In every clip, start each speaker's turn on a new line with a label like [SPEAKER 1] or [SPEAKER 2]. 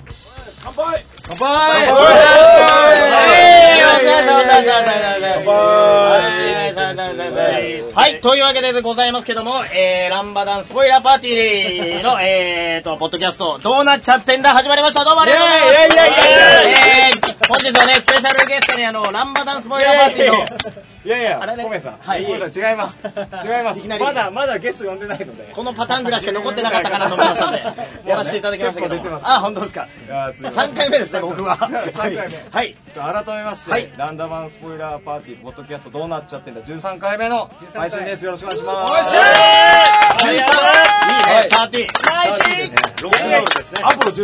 [SPEAKER 1] 乾
[SPEAKER 2] 乾杯
[SPEAKER 1] 杯
[SPEAKER 2] 乾杯
[SPEAKER 3] はい、というわけでございますけども、えー、ランバダンスポイラーパーティーの、えーと、ポッドキャスト、どうなっちゃってんだ始まりました。どうもありがとうございます。
[SPEAKER 2] イェイイェイイェイ
[SPEAKER 3] えー、本日はね、スペシャルゲストにあの、ランバダンスポイラー
[SPEAKER 2] い
[SPEAKER 3] パー
[SPEAKER 2] やい
[SPEAKER 3] ティー
[SPEAKER 2] や
[SPEAKER 3] の、
[SPEAKER 2] いやいや、
[SPEAKER 3] あれね
[SPEAKER 2] コメさん。
[SPEAKER 3] はい
[SPEAKER 2] コメさん違います。違いま
[SPEAKER 3] い
[SPEAKER 2] す。
[SPEAKER 3] きなり
[SPEAKER 2] まだまだゲスト呼んでないので。
[SPEAKER 3] このパターンぐらいしか残ってなかったかなと思いましたんで、 やらせていただきましたけど
[SPEAKER 2] 結構出
[SPEAKER 3] も
[SPEAKER 2] て。ます
[SPEAKER 3] あ、本当ですか。
[SPEAKER 2] いやーすいません
[SPEAKER 3] 3回目ですね、僕は。
[SPEAKER 2] 3回目
[SPEAKER 3] はい。
[SPEAKER 2] ちょっと改めまして、
[SPEAKER 3] はい
[SPEAKER 2] ランダマンスポイラーパーティー、ポッドキャストどうなっちゃってんだ、13回目の配信です。よろしくお願いします。
[SPEAKER 3] 13! いいね、パーティー。
[SPEAKER 2] ロックンロールですね。アポロ
[SPEAKER 4] い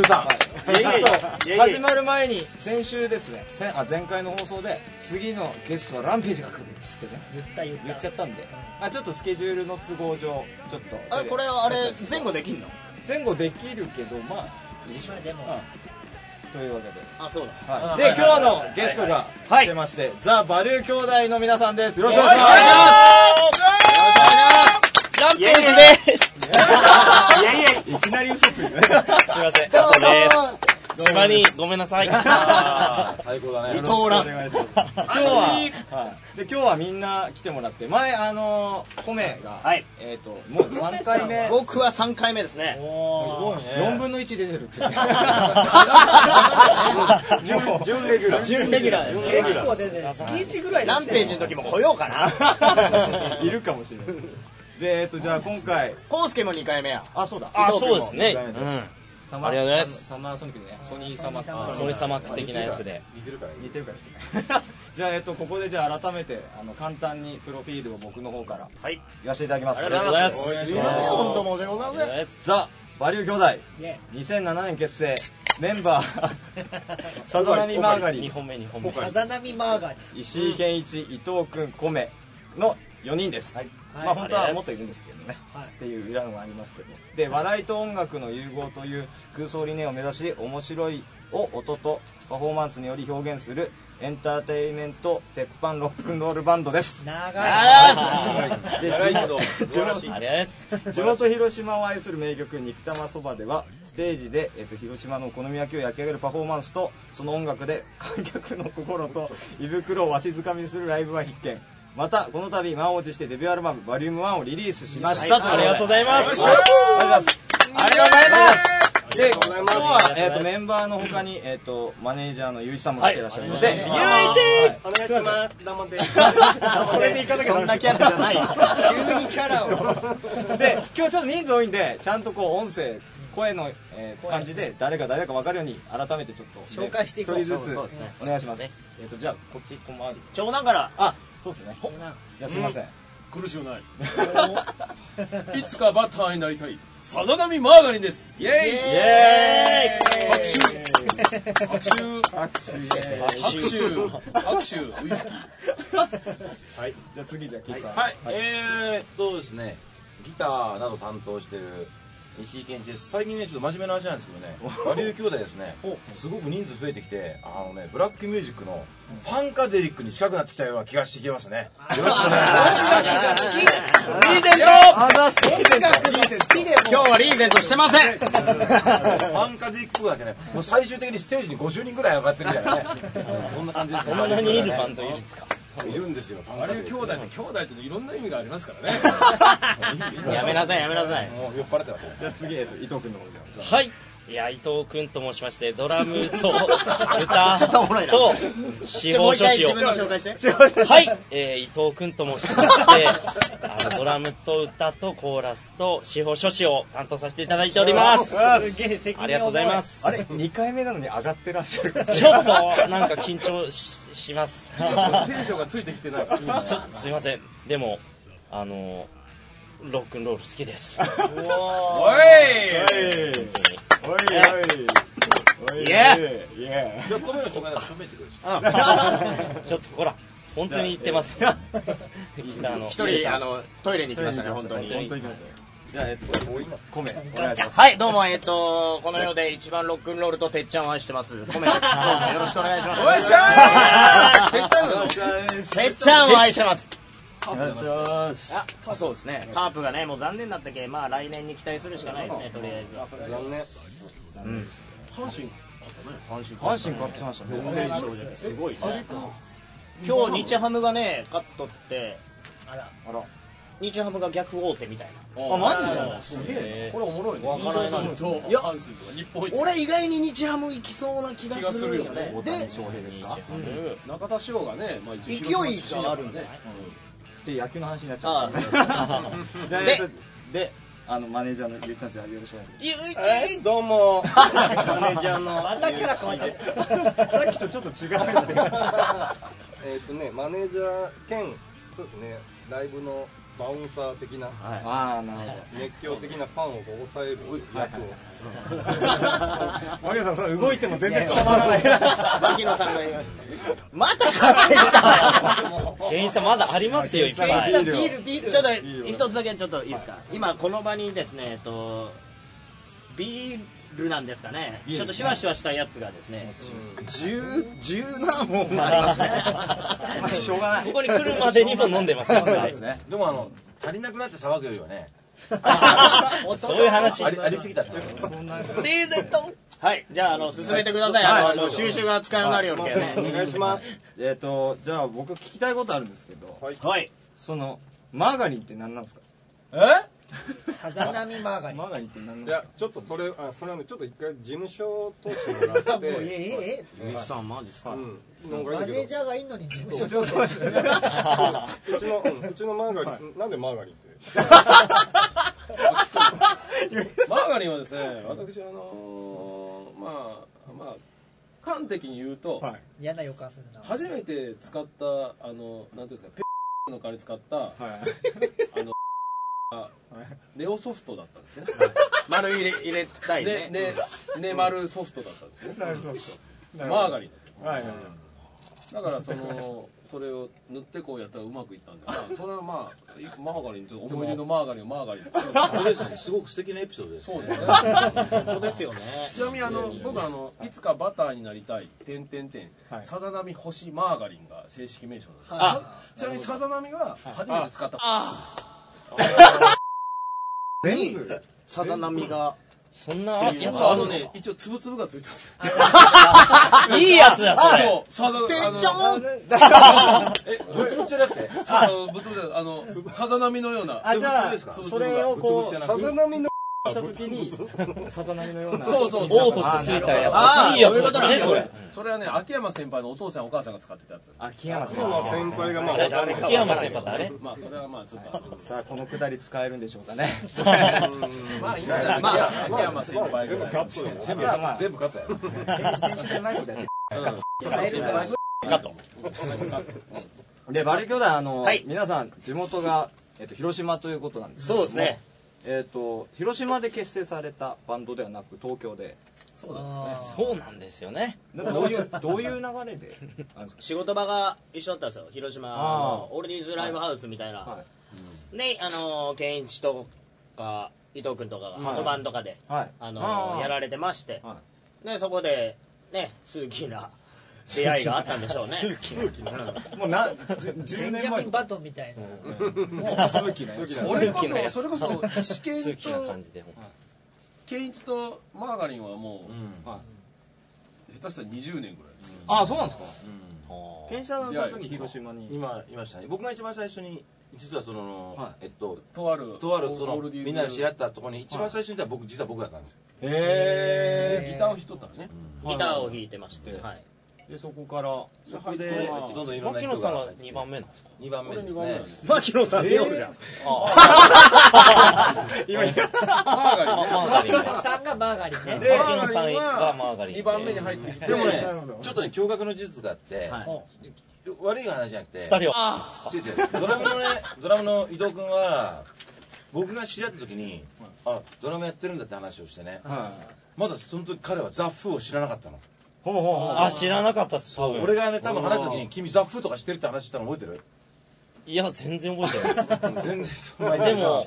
[SPEAKER 4] や
[SPEAKER 2] 13。
[SPEAKER 4] いやいや
[SPEAKER 2] 始まる前に、先週ですね、先あ前回の放送で、次のゲストはランページが来るっつってね、言っちゃったんで、まあちょっとスケジュールの都合上、ちょっと。
[SPEAKER 3] あこれ、あれ、前後できんの
[SPEAKER 2] 前後できるけど、まあ、いいでしょう。うんというわけで。
[SPEAKER 3] あ、そうだ。
[SPEAKER 2] はい、で、今日のゲストが
[SPEAKER 3] はい
[SPEAKER 2] 来てまして、ザ・バリュー兄弟の皆さんです。よろしくお
[SPEAKER 3] よ
[SPEAKER 2] 願
[SPEAKER 3] ろ
[SPEAKER 2] い
[SPEAKER 3] し
[SPEAKER 2] し
[SPEAKER 3] くお
[SPEAKER 2] ます。
[SPEAKER 3] 願いし
[SPEAKER 4] ランページですいやいや、
[SPEAKER 2] いきなり嘘ついてね。
[SPEAKER 4] すいません、そうです。島にごめん なさい。
[SPEAKER 2] あ
[SPEAKER 4] は
[SPEAKER 2] 最高だね。
[SPEAKER 3] 伊藤
[SPEAKER 2] よ
[SPEAKER 3] 蘭
[SPEAKER 2] ろしくお願いします今日は、はい、で今日はみんな来てもらって、前あのコメが、
[SPEAKER 3] はい
[SPEAKER 2] えっ、ともう三回目
[SPEAKER 3] ます。、僕は3回目ですね。
[SPEAKER 2] 四分の一出てるって。
[SPEAKER 3] 準
[SPEAKER 2] 準レギュラー。
[SPEAKER 3] 準レギュラーですね。結構出てる。月1ぐらい。ランページの時も来ようかな。
[SPEAKER 2] いるかもしれない。で、えっ、とじゃあ今回、
[SPEAKER 3] コウスケも2回目や。
[SPEAKER 2] あそうだ。
[SPEAKER 4] あ、そうですね。
[SPEAKER 2] サ
[SPEAKER 4] ありがとうございます
[SPEAKER 2] サマーソニックでね、ソニーサマー
[SPEAKER 4] う
[SPEAKER 2] ソ
[SPEAKER 4] ん。ソリサマック的なやつで。
[SPEAKER 2] 似てるから似てる からじゃあ、えっと、ここでじゃあ改めてあの簡単にプロフィールを僕の方から
[SPEAKER 3] はい。
[SPEAKER 2] 言わせていただきます
[SPEAKER 3] ありがとうございます。すいません、本当申し訳ございません。
[SPEAKER 2] ザ・バリュー兄弟2007年結成メンバー さざ波マーガリ
[SPEAKER 4] 2
[SPEAKER 2] ン
[SPEAKER 4] 本目、2本目。
[SPEAKER 5] 風波マーガリン
[SPEAKER 2] 石井健一伊藤君米の4人です、まあ本当はもっといるんですけどね、っていう裏もありますけどで笑いと音楽の融合という空想理念を目指し面白いを音とパフォーマンスにより表現するエンターテインメント鉄板ロックンロールバンドです
[SPEAKER 5] 長い
[SPEAKER 2] で地元
[SPEAKER 4] ありがとうございま す。
[SPEAKER 2] 地元広島を愛する名曲「肉玉そば」ではステージで、えっと、広島のお好み焼きを焼き上げるパフォーマンスとその音楽で観客の心と胃袋をわしづかみにするライブは必見またこの度満を持してデビューアルバム「バリューム1をリリースしました
[SPEAKER 4] ありがとうございます。
[SPEAKER 2] ありがとうございますで今日は、えっとメンバーの他に、えっとマネージャーのゆういちさんも来てらっしゃるので、
[SPEAKER 4] い
[SPEAKER 2] ゆういち
[SPEAKER 4] お願いします。どうもです。
[SPEAKER 2] そ れでいかなきゃ
[SPEAKER 3] そんなキャラじゃないです。
[SPEAKER 5] 急にキャラを
[SPEAKER 2] で今日ちょっと人数多いんでちゃんとこう音声声の、えー感じで誰が誰だか分かるように改めてちょっと紹
[SPEAKER 5] 介していこう
[SPEAKER 2] 一人ずつ
[SPEAKER 5] そう
[SPEAKER 2] お願いしますえっ、とじゃあこっち一個回り
[SPEAKER 3] 長男から。
[SPEAKER 2] あそうですねじゃあすいません、
[SPEAKER 6] 苦しゅうないいつかバッターになりたいさざ波マーガリンですイェイ拍手拍手拍手拍手ウイスキー
[SPEAKER 2] じゃあ次じゃあキッさん
[SPEAKER 7] はい、えー、っとですね、ギターなど担当してる石井健一です。最近ね、ちょっと真面目な話なんですけどね、バリュー兄弟ですね、すごく人数増えてきて、あのね、ブラックミュージックのファンカデリックに近くなってきたような気がしてきますね。よろしくお願いします。
[SPEAKER 4] プレゼント
[SPEAKER 2] あざす今
[SPEAKER 3] 今日はリーゼントしてません。
[SPEAKER 7] ファンカデリックだけね、もう最終的にステージに50人ぐらい上がってるみたいなね、そんな感じですね。
[SPEAKER 4] こんなにいるファンといるんですか
[SPEAKER 7] いるんですよ、ファン
[SPEAKER 6] あ
[SPEAKER 7] カ
[SPEAKER 6] れ
[SPEAKER 7] デ
[SPEAKER 6] は
[SPEAKER 7] リッ
[SPEAKER 6] 兄
[SPEAKER 7] ク。
[SPEAKER 6] 弟の兄弟っていろんな意味がありますからね
[SPEAKER 3] やめなさい、やめなさい。
[SPEAKER 7] もう酔っ払ってます。
[SPEAKER 2] じゃあ次、えっと伊藤君の方で
[SPEAKER 4] はい。いや、伊藤くんと申しまして、ドラムと、
[SPEAKER 3] ちょっとおもろい
[SPEAKER 4] 歌
[SPEAKER 3] な
[SPEAKER 4] と、司
[SPEAKER 3] もう
[SPEAKER 4] 法
[SPEAKER 3] 一
[SPEAKER 4] 書
[SPEAKER 3] 回
[SPEAKER 4] 士
[SPEAKER 3] 自
[SPEAKER 4] を
[SPEAKER 3] 分。の紹介して。
[SPEAKER 4] はい、えー、伊藤くんと申しまして、あのドラムと歌とコーラスと司法書士を担当させていただいております。ありがとうございます。
[SPEAKER 2] あれ2回目なのに上がってらっしゃる
[SPEAKER 4] ちょっとなんか緊張しします。
[SPEAKER 6] テンションがついてきてない
[SPEAKER 4] ちょっとすいません。でも、あのロックンロール好きです。
[SPEAKER 6] おい
[SPEAKER 2] おいおいおい
[SPEAKER 3] いえ
[SPEAKER 2] いえ
[SPEAKER 7] じゃあ、米の紹介なら喋ってくれる
[SPEAKER 4] ちょっとほら、本当に言ってます。あの
[SPEAKER 3] 一人、あの、トイレに行きましたね、本当
[SPEAKER 2] 本
[SPEAKER 3] に
[SPEAKER 2] 当。に行きましょうじゃあえっとコメお願いします
[SPEAKER 3] はい、どうも、えっと、この世で一番ロックンロールとてっちゃんを愛してます。コ メです。どうもよろしくお願いします。
[SPEAKER 6] っしゃ
[SPEAKER 3] てっちゃん てっちゃんを愛してます。
[SPEAKER 2] よし
[SPEAKER 3] あ、そうですね。カープがね、もう残念だったけ、まあ来年に期待するしかないですね、とりあえずは。
[SPEAKER 6] 阪神
[SPEAKER 2] 阪神勝ってましたね
[SPEAKER 5] 連勝です
[SPEAKER 3] ごいね今日日ハムがね勝っとって
[SPEAKER 5] あら
[SPEAKER 2] あら
[SPEAKER 3] 日ハムが逆王手みたい
[SPEAKER 2] あマ
[SPEAKER 6] すげえこれおもろいね
[SPEAKER 3] わからない
[SPEAKER 6] 阪神と
[SPEAKER 3] いや
[SPEAKER 6] 阪神とか日本一
[SPEAKER 3] な俺意外に日ハム行きそうな気がするよね
[SPEAKER 2] 大谷翔平ですか
[SPEAKER 6] うん中田翔がね、まあ、一
[SPEAKER 3] 勢い
[SPEAKER 6] 応広島出身だから
[SPEAKER 3] があるんじゃない
[SPEAKER 2] って野球の話になっちゃった
[SPEAKER 3] あ
[SPEAKER 2] じゃあ
[SPEAKER 3] で
[SPEAKER 2] えっとであのマネージャーのゆうきさんじゃあよろしくお願いし
[SPEAKER 4] ゆういちどうもマネージャーの
[SPEAKER 5] またキャラ変わっちゃった
[SPEAKER 2] ますさっきとちょっと違うんで
[SPEAKER 1] えっ、とね、マネージャー兼、そうですね、ライブのバウンサー的な、
[SPEAKER 2] ああなるほ
[SPEAKER 1] 熱狂的なファンをこう抑える役を。
[SPEAKER 2] ど森田さん動いても全然伝わらない
[SPEAKER 3] 牧野さんが言うまた買ってきた
[SPEAKER 4] 店員さんまだありますよいっぱ
[SPEAKER 2] 店員
[SPEAKER 4] い
[SPEAKER 2] さ
[SPEAKER 5] ビ
[SPEAKER 2] んビ
[SPEAKER 5] ー
[SPEAKER 2] ー
[SPEAKER 5] ルビール
[SPEAKER 3] ちょっと一つだけちょっといいですか今この場にですねえっとビールなんですかねちょっとシュワシュワしたやつがですね
[SPEAKER 2] 十十何本もありますねまあしょうがない
[SPEAKER 4] ここに来るまでにも飲んでますよ
[SPEAKER 2] そうですね
[SPEAKER 7] でもあの足りなくなって騒ぐよりはね
[SPEAKER 4] そういう話
[SPEAKER 7] ありありすぎたって
[SPEAKER 4] プレゼント
[SPEAKER 3] はいじゃああの進めてくださいあのもう収集が使えなくなるようにね
[SPEAKER 1] お願いします。
[SPEAKER 2] えっとじゃあ僕聞きたいことあるんですけど
[SPEAKER 3] はい
[SPEAKER 2] そのマーガリンって何なんですか
[SPEAKER 6] え
[SPEAKER 5] さざ波マーガリン
[SPEAKER 2] マーガリンって何なん
[SPEAKER 1] い
[SPEAKER 2] ですか
[SPEAKER 1] や、ちょっとそれ、あ、それはね、ちょっと一回事務所を通してもらって。
[SPEAKER 5] もうえええ
[SPEAKER 3] 西さんマジっす
[SPEAKER 1] う
[SPEAKER 3] か
[SPEAKER 1] ん、の
[SPEAKER 5] えマ
[SPEAKER 1] がいい
[SPEAKER 5] ネー
[SPEAKER 1] け
[SPEAKER 5] ジャーがいんのに事務所
[SPEAKER 1] ど。うちの、うんうちのマーガリン、なんでマーガリンって。
[SPEAKER 6] マーガリンはですね私あのーまあまあ端的に言うと、
[SPEAKER 2] はい
[SPEAKER 5] 嫌な予感するな
[SPEAKER 6] 初めて使ったあのなんていうんですかペッの代わりに使った、
[SPEAKER 2] はい
[SPEAKER 6] あレオソフトだったんですね
[SPEAKER 3] 丸入れ入れたい
[SPEAKER 6] で
[SPEAKER 3] ね
[SPEAKER 6] ねねマルソフトだったんですよ
[SPEAKER 2] なるほど
[SPEAKER 6] マーガリンだった
[SPEAKER 2] はいはい
[SPEAKER 6] だからそのそれを塗ってこうやったらうまくいったんだからそれはまあマーガリンと思い出のマーガリンをマーガリンで 作る
[SPEAKER 7] すごく素敵なエピソードです
[SPEAKER 6] そうですね
[SPEAKER 3] そうですよね
[SPEAKER 6] ちなみにあの僕あのいつかバターになりたい点点点
[SPEAKER 2] はい
[SPEAKER 6] さざ波星マーガリンが正式名称なんですよ
[SPEAKER 3] あ
[SPEAKER 6] ちなみにさざ波が初めて使った
[SPEAKER 2] 全部
[SPEAKER 3] さざ波が
[SPEAKER 4] そんなやつ
[SPEAKER 6] やつ
[SPEAKER 4] あ
[SPEAKER 6] あ
[SPEAKER 4] る
[SPEAKER 6] の
[SPEAKER 4] の
[SPEAKER 6] ね一応つぶつぶがついてます
[SPEAKER 4] いいやつだそれ
[SPEAKER 6] そうさざあの
[SPEAKER 3] ちょん
[SPEAKER 6] えぶつぶつじゃなくてあのぶつぶつじゃないあのさざ波のような
[SPEAKER 2] あじゃあ
[SPEAKER 6] つぶつぶですか
[SPEAKER 2] それをこう
[SPEAKER 1] サザナミの。
[SPEAKER 2] した時にさざ波のような
[SPEAKER 6] そうそう
[SPEAKER 4] 嘔
[SPEAKER 6] そう
[SPEAKER 4] 吐するみたいなやつ
[SPEAKER 3] あー
[SPEAKER 4] いいやつだね
[SPEAKER 3] そう
[SPEAKER 4] そ
[SPEAKER 3] いう
[SPEAKER 4] れ
[SPEAKER 6] それはね秋山先輩のお父さんお母さんが使ってたやつ
[SPEAKER 2] 秋山さん
[SPEAKER 1] 先輩が、まあ、
[SPEAKER 4] あれ秋山先輩だね
[SPEAKER 6] まあそれはまあちょっとあの
[SPEAKER 2] さあこのくだり使えるんでしょうかね
[SPEAKER 6] まあいいんじゃないまあ秋山先輩ぐらい
[SPEAKER 1] カップよ
[SPEAKER 2] 全部まあ
[SPEAKER 7] 全部勝ったよ
[SPEAKER 2] 編集じゃないことやって
[SPEAKER 4] カット
[SPEAKER 2] でバリ兄弟あの、
[SPEAKER 3] はい
[SPEAKER 2] 皆さん地元が、えっと広島ということなんですけど
[SPEAKER 3] そ
[SPEAKER 2] も
[SPEAKER 3] うですね
[SPEAKER 2] えっ、と広島で結成されたバンドではなく東京で
[SPEAKER 6] そうだ
[SPEAKER 4] そうなんですよね
[SPEAKER 2] なんかどういうどういう流れであの
[SPEAKER 3] 仕事場が一緒だったんですよ広島
[SPEAKER 2] あ
[SPEAKER 3] のオールディーズライブハウスみたい な、
[SPEAKER 2] は
[SPEAKER 3] であの健一とか伊藤君とかが
[SPEAKER 2] はい
[SPEAKER 3] 後番とかで、
[SPEAKER 2] いはい
[SPEAKER 3] あ
[SPEAKER 2] あ
[SPEAKER 3] の
[SPEAKER 2] ー
[SPEAKER 3] やられてまして、
[SPEAKER 2] は
[SPEAKER 3] でそこでね数奇な出会いがあったんでしょうね
[SPEAKER 2] いもうな 10,
[SPEAKER 5] ベ
[SPEAKER 2] 10
[SPEAKER 5] ンジ
[SPEAKER 2] 年
[SPEAKER 5] ャ
[SPEAKER 2] 前
[SPEAKER 5] ミン・バトンみたいな
[SPEAKER 2] もう鈴木ね
[SPEAKER 6] 俺こそそれこそ石
[SPEAKER 4] 通
[SPEAKER 6] 健
[SPEAKER 4] 気な
[SPEAKER 6] と
[SPEAKER 4] 感じで
[SPEAKER 6] 健一とマーガリンはも
[SPEAKER 7] うん
[SPEAKER 6] う下手したら20年ぐらいですけど
[SPEAKER 2] あそうなんですか
[SPEAKER 4] ほ
[SPEAKER 2] 健一さんの時広島に
[SPEAKER 7] 今いましたね僕が一番最初に実はその、
[SPEAKER 2] は
[SPEAKER 7] えっと
[SPEAKER 6] とある
[SPEAKER 7] とあるそ
[SPEAKER 6] オー
[SPEAKER 7] の
[SPEAKER 6] ルディーズ
[SPEAKER 7] みんなで知り合ったところに一番最初にいた僕実は僕だったんですよ
[SPEAKER 2] へ
[SPEAKER 6] ギターを弾いとったのね
[SPEAKER 3] ギターを弾いてまして、
[SPEAKER 2] はい
[SPEAKER 3] はい、
[SPEAKER 2] えでそこから
[SPEAKER 7] そこで
[SPEAKER 4] ど
[SPEAKER 7] どんどんいろんな
[SPEAKER 4] 牧
[SPEAKER 7] 人
[SPEAKER 4] 野さん
[SPEAKER 7] が
[SPEAKER 4] が2番目なんですか
[SPEAKER 7] 2番目
[SPEAKER 6] 俺
[SPEAKER 7] で
[SPEAKER 6] 2
[SPEAKER 7] す
[SPEAKER 6] 番目
[SPEAKER 7] ね
[SPEAKER 6] だね
[SPEAKER 3] 牧野さん出ようじゃん、
[SPEAKER 2] 今言った
[SPEAKER 6] マーガリンね
[SPEAKER 4] マー
[SPEAKER 5] マーガ
[SPEAKER 4] ガリン
[SPEAKER 5] リンさんがマーガリンね
[SPEAKER 4] で
[SPEAKER 6] マーガリン
[SPEAKER 4] 牧野
[SPEAKER 6] は
[SPEAKER 4] さんがマーガリン
[SPEAKER 6] 2番目に入ってきて
[SPEAKER 7] でもね
[SPEAKER 2] なるほど
[SPEAKER 7] ちょっとね驚愕の事実があって、
[SPEAKER 3] はい
[SPEAKER 7] 悪い話じゃなくて
[SPEAKER 4] 2人は
[SPEAKER 7] 違う違うドラムのねドラムの伊藤君は僕が知り合った時にあドラムやってるんだって話をしてね
[SPEAKER 2] はい
[SPEAKER 7] まだその時彼はザ・フーを知らなかったの
[SPEAKER 2] ほうほうほう
[SPEAKER 4] あ知らなかったっす多分
[SPEAKER 7] 俺がね多分話した時に君ザ・フーとかしてるって話したの覚えてる
[SPEAKER 4] いや全然覚えてないで
[SPEAKER 7] うん全 然その前
[SPEAKER 4] す
[SPEAKER 7] に
[SPEAKER 4] でも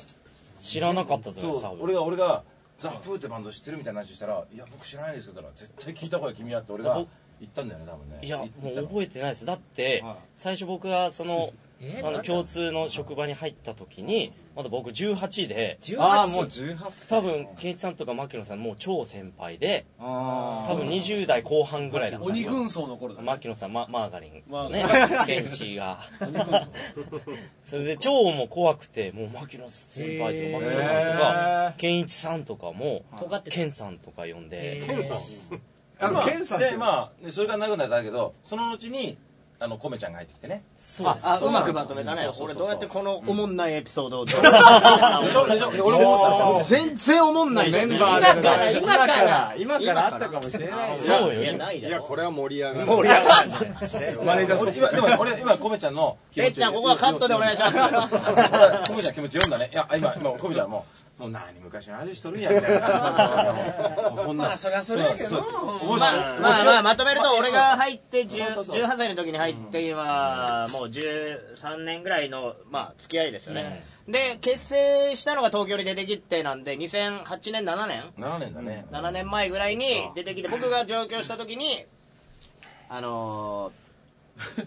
[SPEAKER 4] 知らなかったと
[SPEAKER 7] そ
[SPEAKER 4] 思いうます多
[SPEAKER 7] 俺
[SPEAKER 4] 分
[SPEAKER 7] が俺がザ・フーってバンド知ってるみたいな話したら「いや僕知らないですけど」絶対聞いた方がいい君は」って俺が
[SPEAKER 4] 僕
[SPEAKER 7] 言ったんだよね多分ね
[SPEAKER 4] いやも
[SPEAKER 7] 言っ
[SPEAKER 4] う
[SPEAKER 7] たの
[SPEAKER 4] 覚えてないですだって
[SPEAKER 2] はい
[SPEAKER 4] 最初僕がその
[SPEAKER 5] え
[SPEAKER 4] あの共通の職場に入った時にまだ僕18で
[SPEAKER 2] ああ、
[SPEAKER 5] 18
[SPEAKER 2] もう18歳。
[SPEAKER 4] 多分圭一さんとか牧野さんもう超先輩で
[SPEAKER 2] あ
[SPEAKER 4] 多分20代後半ぐらいだったんで
[SPEAKER 6] 鬼
[SPEAKER 4] すよ
[SPEAKER 6] 軍曹の頃だね
[SPEAKER 4] 牧野さん、ま、マーガリン
[SPEAKER 6] マ
[SPEAKER 4] ね
[SPEAKER 6] ー
[SPEAKER 4] ケンチがそれで蝶も怖くてもう牧野先輩とか牧野
[SPEAKER 2] へ
[SPEAKER 4] さんとか
[SPEAKER 2] ー
[SPEAKER 4] 健一さんとかも
[SPEAKER 5] 尖ってた
[SPEAKER 4] ケンさんとか呼んで、
[SPEAKER 5] えー
[SPEAKER 2] あ。
[SPEAKER 7] ま
[SPEAKER 2] あ、
[SPEAKER 7] あ
[SPEAKER 2] ケンさんって
[SPEAKER 7] で、まあ、でそれがなくなったんだけど、その後に、あの、コメちゃんが入ってきてね。
[SPEAKER 4] そうです
[SPEAKER 3] あ、うまくまとめたね。
[SPEAKER 7] そうそう
[SPEAKER 3] 俺
[SPEAKER 7] そう
[SPEAKER 3] どうやってこのおもんないエピソードをど う
[SPEAKER 7] でしょでしょで俺も思って
[SPEAKER 3] 全然おもんないし
[SPEAKER 2] メ
[SPEAKER 3] ね
[SPEAKER 2] ンバー
[SPEAKER 5] だ
[SPEAKER 2] で
[SPEAKER 5] から
[SPEAKER 2] 今
[SPEAKER 5] 今
[SPEAKER 2] か
[SPEAKER 5] からら、
[SPEAKER 2] 今からあったかもしれないです
[SPEAKER 4] 今
[SPEAKER 2] よ。
[SPEAKER 4] からそうよ
[SPEAKER 3] いや、ない
[SPEAKER 1] い
[SPEAKER 3] だろ。
[SPEAKER 1] や、これは盛り上がる。
[SPEAKER 3] 盛り上がる。
[SPEAKER 2] マネージャ
[SPEAKER 7] た
[SPEAKER 2] ー
[SPEAKER 7] 俺今、でも俺、今、コメちゃんの気持
[SPEAKER 3] て
[SPEAKER 7] ち。
[SPEAKER 3] っちゃん、ここはカットでお願いします。
[SPEAKER 7] あコメちゃん気持ち読んだね。いや、今、今、コメちゃんも、もう何昔の話しとるんや、みたいな感 じ。もうそんな。そりゃそれやけど。
[SPEAKER 3] ま
[SPEAKER 7] 面白
[SPEAKER 3] あ
[SPEAKER 7] い。
[SPEAKER 3] まあまあまとめると俺が入って
[SPEAKER 7] そうそ
[SPEAKER 3] 10
[SPEAKER 7] うそう
[SPEAKER 3] 18歳の時に入って今もう13年ぐらいのまあ付き合いですよね、で結成したのが東京に出てきてなんで2008年7年
[SPEAKER 7] 7年だね。
[SPEAKER 3] 7年前ぐらいに出てきて僕が上京した時にあの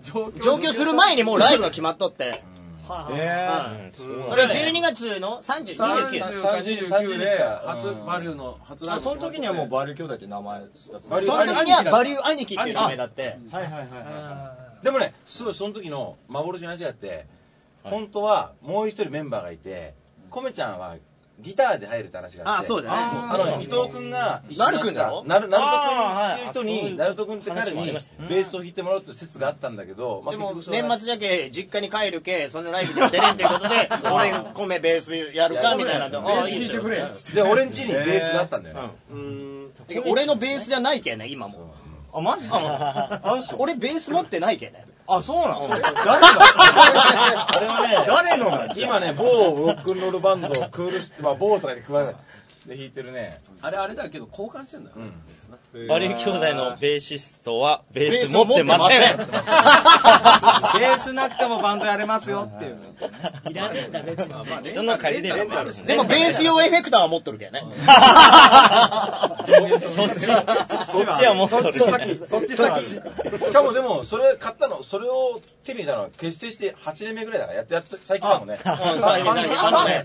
[SPEAKER 6] 上
[SPEAKER 3] ー上京する前にもうライブが決まっとって、
[SPEAKER 5] はいはい
[SPEAKER 2] え
[SPEAKER 3] は
[SPEAKER 4] うんそう
[SPEAKER 3] いそれは12月の30 29
[SPEAKER 6] 30か29で初
[SPEAKER 7] うん
[SPEAKER 6] バリューの初
[SPEAKER 2] ー
[SPEAKER 6] ライ
[SPEAKER 2] あ
[SPEAKER 6] ブ
[SPEAKER 2] その時にはもうバリュー兄弟って名前だったんです
[SPEAKER 3] その時にはバリュー兄貴っていう名前だって
[SPEAKER 2] かはいはいはいは
[SPEAKER 5] あ
[SPEAKER 7] でもね、すごいその時の幻の話があって、本当はもう一人メンバーがいて、コメちゃんはギターで入るって話があって、
[SPEAKER 3] あそうだね
[SPEAKER 7] あの、伊藤君が一緒に
[SPEAKER 3] なるくんだろ
[SPEAKER 7] なる、なると君って
[SPEAKER 4] あーは
[SPEAKER 7] いう人
[SPEAKER 4] い
[SPEAKER 7] に、なると君って彼
[SPEAKER 4] 話もあ
[SPEAKER 7] に
[SPEAKER 4] り
[SPEAKER 7] ベ
[SPEAKER 4] ましたね
[SPEAKER 7] ースを弾いてもらうって説があったんだけど、まあ
[SPEAKER 3] でも
[SPEAKER 7] 結局それは
[SPEAKER 3] 年末だけ実家に帰るけそのライブに出れんっていうこと で俺米ベースやるかみたいなでああいいっすよ
[SPEAKER 7] で、俺ん家にベースがあったんだよね。
[SPEAKER 3] で俺のベースじゃないけね今も
[SPEAKER 2] い。あ、マジであ、そう。
[SPEAKER 3] 俺ベース持ってないけね
[SPEAKER 2] あ、そうなの誰だ
[SPEAKER 7] あれはね、
[SPEAKER 2] 誰のなんじゃ
[SPEAKER 7] 今ね、某ロックンロールバンド、クールスって、まあ某とかに加えない。で弾いてるね。
[SPEAKER 6] あれあれだけど交換してんだよ、
[SPEAKER 4] バリュー兄弟のベーシストはベース持ってません
[SPEAKER 2] あベースなくてもバンドやれますよっていうね。
[SPEAKER 5] ーいらねえんだ別に
[SPEAKER 4] 人の借りればあるしね
[SPEAKER 3] でもベース用エフェクターは持っとる けね
[SPEAKER 4] そっちそっちは持っとる
[SPEAKER 2] そっち先。
[SPEAKER 7] しかもでも、それ買ったの、それを手に入れたのは結成して8年目ぐらいだから、やっとやっと最近だもんね。あ
[SPEAKER 3] 最近だねあのね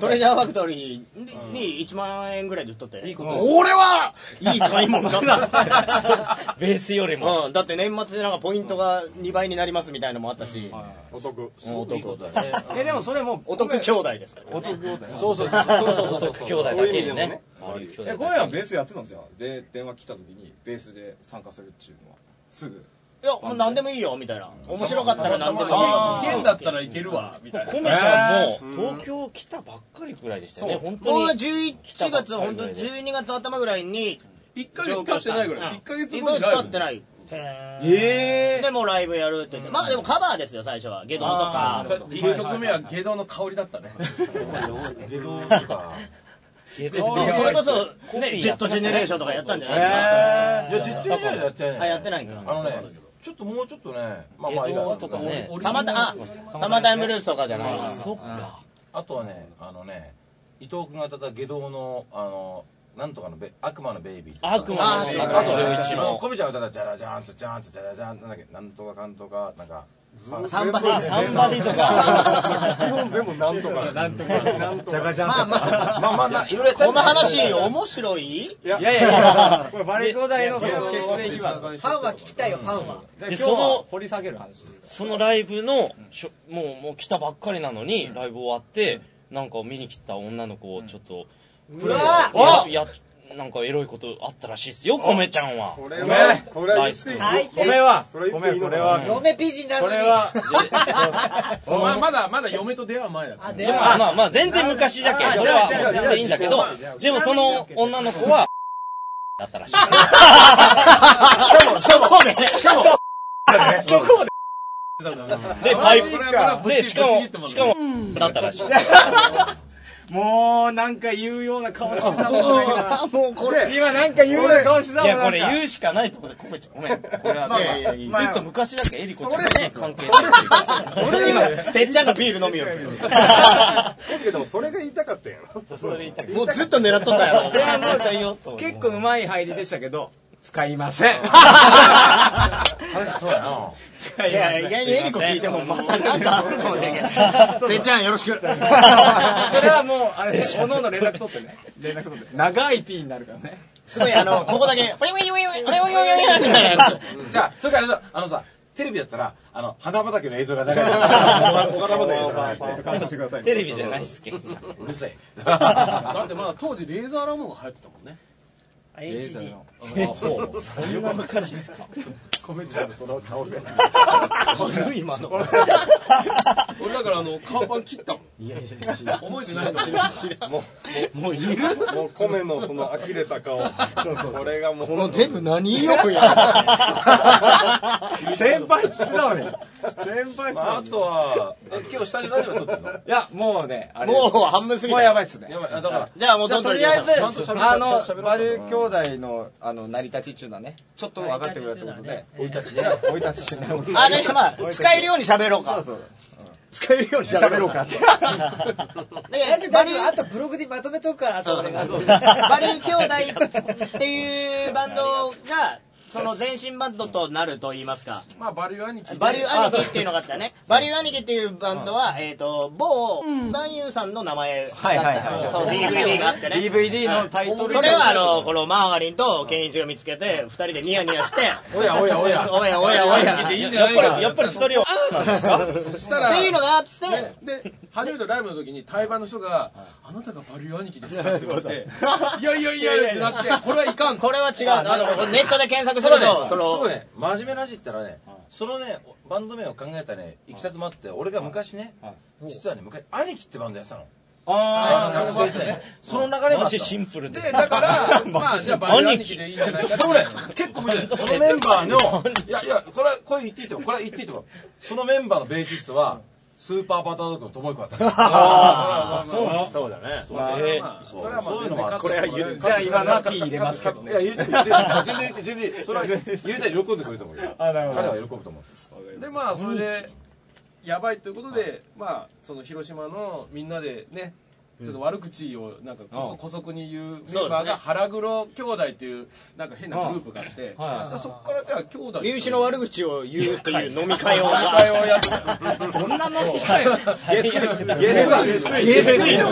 [SPEAKER 3] トレジ
[SPEAKER 7] ャ
[SPEAKER 3] ャーファクトリーにに1万円ぐらいで売っとって
[SPEAKER 7] いいこと
[SPEAKER 3] 俺はいい買い物だった
[SPEAKER 4] ベースより も
[SPEAKER 3] うんだって年末でなんかポイントが2倍になりますみたいのもあったし
[SPEAKER 7] お得。すごくいいことだね。
[SPEAKER 2] え、でもそれもう、
[SPEAKER 3] お得兄弟ですから
[SPEAKER 2] お得兄弟。
[SPEAKER 7] そうそうそうそうそうそうそう。
[SPEAKER 4] 兄弟だけにね
[SPEAKER 2] え、今夜はベースやってたのじゃん。で、電話来た時にベースで参加するっていうのは。すぐ。
[SPEAKER 3] いや、もう何でもいいよ、みたいな。面白かったら何でもいい
[SPEAKER 6] あ
[SPEAKER 3] よ。
[SPEAKER 6] ー弦だったらいけるわみたいな
[SPEAKER 4] コメちゃんも東京来たばっかりくらいでしたよね本
[SPEAKER 3] 僕
[SPEAKER 4] 当
[SPEAKER 3] は
[SPEAKER 4] に
[SPEAKER 3] 11月、本当12月頭ぐらいに
[SPEAKER 6] 1ヶ
[SPEAKER 3] 上京
[SPEAKER 6] 月経
[SPEAKER 3] し。
[SPEAKER 6] ったてないぐらい
[SPEAKER 3] うん
[SPEAKER 6] 1ヶ月
[SPEAKER 3] 一
[SPEAKER 6] 後
[SPEAKER 3] ヶ
[SPEAKER 6] に
[SPEAKER 3] 月
[SPEAKER 6] ラ
[SPEAKER 3] 経っ
[SPEAKER 6] イ
[SPEAKER 3] て
[SPEAKER 6] ブ
[SPEAKER 3] ない。
[SPEAKER 2] え
[SPEAKER 3] で、もうライブやるって言って。まあでもカバーですよ、最初は。ゲドンと
[SPEAKER 2] あ
[SPEAKER 3] か
[SPEAKER 2] ー。
[SPEAKER 6] さ2曲目はゲドの香りだったね
[SPEAKER 7] ゲドとか。
[SPEAKER 4] ゲ
[SPEAKER 6] ちょうど
[SPEAKER 3] それこそ、
[SPEAKER 4] コピーやってました
[SPEAKER 3] ね、
[SPEAKER 4] ね
[SPEAKER 3] ジェットジェネレーションとかやったんじゃ
[SPEAKER 2] え
[SPEAKER 3] ない
[SPEAKER 2] ー
[SPEAKER 7] いや、実験やってない。
[SPEAKER 3] あ、やってないか
[SPEAKER 7] あ
[SPEAKER 3] な。
[SPEAKER 7] のね、ちょっともうちょっとね、まあまあ、いい
[SPEAKER 4] とか
[SPEAKER 7] わ
[SPEAKER 4] ね
[SPEAKER 6] オリジ
[SPEAKER 3] サ
[SPEAKER 6] ナ
[SPEAKER 3] マ
[SPEAKER 6] ル
[SPEAKER 3] タ、あ、サマータイムルースとかじゃない
[SPEAKER 4] あそっか
[SPEAKER 7] あとはね、あのね、伊藤君が歌った下道の、あの、なんとかのベ、悪魔のベイビーとか。
[SPEAKER 4] 悪魔のベイビー
[SPEAKER 7] ああと
[SPEAKER 4] あと
[SPEAKER 7] ね、
[SPEAKER 4] 一
[SPEAKER 7] 一
[SPEAKER 4] 番
[SPEAKER 7] 番。コメちゃんが歌った、じゃらじゃんとじゃんとじゃらじゃんなんだっけ、なんとかかんとか、なんか。
[SPEAKER 3] サンバ
[SPEAKER 4] あサンバディとか
[SPEAKER 1] 基本全部なんとか。
[SPEAKER 2] なんとか、なんとか。じゃがじゃんとか。
[SPEAKER 7] まあまあな、いろいろやった
[SPEAKER 3] この話、面白い
[SPEAKER 2] いやいやいや、これバレエ兄弟のその結成秘話
[SPEAKER 5] ファンは聞きたいよファンは
[SPEAKER 2] で
[SPEAKER 4] で
[SPEAKER 2] 今日
[SPEAKER 4] その
[SPEAKER 2] は掘り下げる話ですか
[SPEAKER 4] そのライブのしょもうもう来たばっかりなのにライブ終わってなんか見に来た女の子をちょっと
[SPEAKER 5] うわ
[SPEAKER 4] ややなんかエロいことあったらしいですよコメちゃんは
[SPEAKER 1] これは、これは言っていい
[SPEAKER 5] 最
[SPEAKER 2] ごめん
[SPEAKER 5] 低
[SPEAKER 2] は、
[SPEAKER 1] それ
[SPEAKER 2] ご
[SPEAKER 1] 言っ
[SPEAKER 2] め
[SPEAKER 1] ていいの
[SPEAKER 2] ん、こ
[SPEAKER 1] か
[SPEAKER 2] れ
[SPEAKER 1] な
[SPEAKER 2] は、
[SPEAKER 5] 嫁美人な
[SPEAKER 2] こ
[SPEAKER 5] のに
[SPEAKER 2] れは、
[SPEAKER 6] そうまあまだまだ嫁と出会う前だった
[SPEAKER 5] あ
[SPEAKER 6] ね
[SPEAKER 5] で
[SPEAKER 4] まあ
[SPEAKER 5] は
[SPEAKER 4] まあまあ全然昔じゃけんそれは全然いいんだけどでもその女の子はだったらしい
[SPEAKER 3] そこね
[SPEAKER 4] でパイプでしか
[SPEAKER 6] ぶち切って
[SPEAKER 4] も
[SPEAKER 6] もらう
[SPEAKER 4] しかもだったらしい
[SPEAKER 2] もうなんか言うような顔してたもんね
[SPEAKER 3] あもうこれ。
[SPEAKER 2] 今なんか言うような顔してた
[SPEAKER 4] い
[SPEAKER 2] もんな
[SPEAKER 4] やこ
[SPEAKER 2] ん
[SPEAKER 4] れ
[SPEAKER 2] か
[SPEAKER 4] 言うしかないところでコメちゃんごめんこれはねずっと昔だけエリコちゃんとね関係
[SPEAKER 3] 今、てっちゃんがビール飲みよる。
[SPEAKER 1] けど、それが言いたかったんやろ。
[SPEAKER 3] もうずっと狙っとったやろ。
[SPEAKER 4] ないよ
[SPEAKER 2] 結構うまい入りでしたけど使いません。
[SPEAKER 7] そうやな。
[SPEAKER 3] いや、意外にエリコ聞いてもまたなんかあるかもしれんけ ど。てっちゃんよろしく。
[SPEAKER 2] それはもう、あれ、おのおの連絡取ってね。連絡取って。長い P になるからね。
[SPEAKER 3] すごいあの、ここだけ、おれおれおれおれおれおれおれみたいな。
[SPEAKER 7] じゃあ、それからあれだあのさ、テレビだったら、あの、花畑の映像が流れてる。岡田畑
[SPEAKER 2] ちょっと感謝してくださいね。
[SPEAKER 4] テレビじゃないっすけどさ。
[SPEAKER 7] うるさい。
[SPEAKER 6] だってまだ当時レーザーラモンが流行ってたもんね。
[SPEAKER 2] レーザー
[SPEAKER 5] HG
[SPEAKER 2] の。
[SPEAKER 7] 米ちゃんのその顔が。
[SPEAKER 3] 古い今の。
[SPEAKER 6] 俺だからあの、顔パン切ったもん。いやいや覚えてないんだ
[SPEAKER 1] もう米のその呆れた顔。これがもう。
[SPEAKER 3] このデブ何よくや
[SPEAKER 2] 先輩っつってたのに。先輩っつってたのに
[SPEAKER 7] まあ、あとは、え今日下で大丈夫撮ってんの
[SPEAKER 2] いや、もうね、あれ。
[SPEAKER 3] る。もう半分過ぎ
[SPEAKER 2] もうやば
[SPEAKER 3] た。
[SPEAKER 2] いっすね。
[SPEAKER 7] やばい、あだから、
[SPEAKER 3] じゃあもう
[SPEAKER 2] じゃ
[SPEAKER 3] ど
[SPEAKER 2] あと
[SPEAKER 3] んどん
[SPEAKER 2] り
[SPEAKER 3] 行
[SPEAKER 2] あ
[SPEAKER 3] きま
[SPEAKER 2] え
[SPEAKER 3] しょう。
[SPEAKER 7] ちゃ
[SPEAKER 2] ず
[SPEAKER 7] ん、と
[SPEAKER 2] あ
[SPEAKER 7] ちゃんと
[SPEAKER 2] の、
[SPEAKER 7] 喋ろう
[SPEAKER 2] バル兄弟の、あの、成り立ちっていうのはね、ちょっと分かってくれたってことで、
[SPEAKER 7] 生い立ち
[SPEAKER 2] じ
[SPEAKER 7] で。
[SPEAKER 2] ゃあ、生い立ちしない。
[SPEAKER 3] あれ、まあ、使えるように喋ろう
[SPEAKER 2] そ
[SPEAKER 3] か
[SPEAKER 2] う。そう。
[SPEAKER 3] 使えるように喋ろ う か。
[SPEAKER 5] 大丈夫大丈夫あとブログでまとめとくからあと俺が
[SPEAKER 3] バリュー兄弟っていうバンドが、その前身バンドとなると言いますか、
[SPEAKER 6] まあ、バリュー兄貴。
[SPEAKER 3] バリュー兄貴っていうのがあったね。バリュー兄貴っていうバンドは、えっと、某、男優さんの名前だった
[SPEAKER 2] はいはいはい
[SPEAKER 3] そう、DVD があってね。
[SPEAKER 2] DVD のタイトル
[SPEAKER 3] それはあの、このマーガリンとケンイチが見つけて、二人でニヤニヤして、
[SPEAKER 7] おやおやおや。
[SPEAKER 3] おやおやおや。
[SPEAKER 6] いいんじゃ
[SPEAKER 4] や
[SPEAKER 6] ない
[SPEAKER 4] っ
[SPEAKER 6] か
[SPEAKER 4] ぱり、やっぱり二人を、
[SPEAKER 6] そした
[SPEAKER 3] っ
[SPEAKER 6] ら、
[SPEAKER 3] ていうのがあって、
[SPEAKER 6] で、初めてライブの時に対バンの人が、あなたがバリュー兄貴ですかって言わ れて、いやいやいやいやってなって、これはいかん。
[SPEAKER 3] これは違う。あの、これネットで検索す
[SPEAKER 7] そ
[SPEAKER 3] る
[SPEAKER 7] うね
[SPEAKER 3] と、そ、
[SPEAKER 7] すご
[SPEAKER 3] の、
[SPEAKER 7] いね、真面目な話言ったらね、そのね、バンド名を考えたね、いきさつもあって、俺が昔ね、実はね、昔、兄貴ってバンドやってたの。
[SPEAKER 2] あ
[SPEAKER 7] あ学生時代ね。その流れ
[SPEAKER 4] マ
[SPEAKER 7] もあった
[SPEAKER 4] ジ
[SPEAKER 7] の。
[SPEAKER 4] シンプルで。
[SPEAKER 6] ですだから、まあ、じゃあバリュー兄貴でいいんじゃないかって
[SPEAKER 7] そ。うね、結構見てる。そのメンバーの、いやいや、これは、これ言っていいと思う。これは言っていいと思う。そのメンバーのベーシストは、スーパーバタードッグの友彦だった。 ああ、そうなの
[SPEAKER 3] そうだね。
[SPEAKER 7] そうそう
[SPEAKER 4] えー
[SPEAKER 7] そうそういうのもあっ
[SPEAKER 3] これは言
[SPEAKER 2] ーじゃあ今のは P 入れますけど
[SPEAKER 7] た。いや、入れてる、全然入れてる、全然入れてる、それは入れたら喜んでくれると思うよ。
[SPEAKER 2] あ、なるほ
[SPEAKER 7] 彼
[SPEAKER 2] ど
[SPEAKER 7] は。喜ぶと思う。
[SPEAKER 6] でまあそれでやばいということで、まあその広島のみんなでねちょっと悪口をなんかこそ姑息に言うメンバーが腹黒兄弟っていうなんか変なグループがあって、じ
[SPEAKER 2] はい
[SPEAKER 6] ゃあそこからじゃあ兄弟
[SPEAKER 3] 入試の悪口を言うという飲み会を。
[SPEAKER 6] 会をやってたよ
[SPEAKER 3] どんな飲み
[SPEAKER 6] 最
[SPEAKER 3] 会
[SPEAKER 6] 後
[SPEAKER 7] ゲスだ、ゲス
[SPEAKER 4] 月石だよ
[SPEAKER 6] た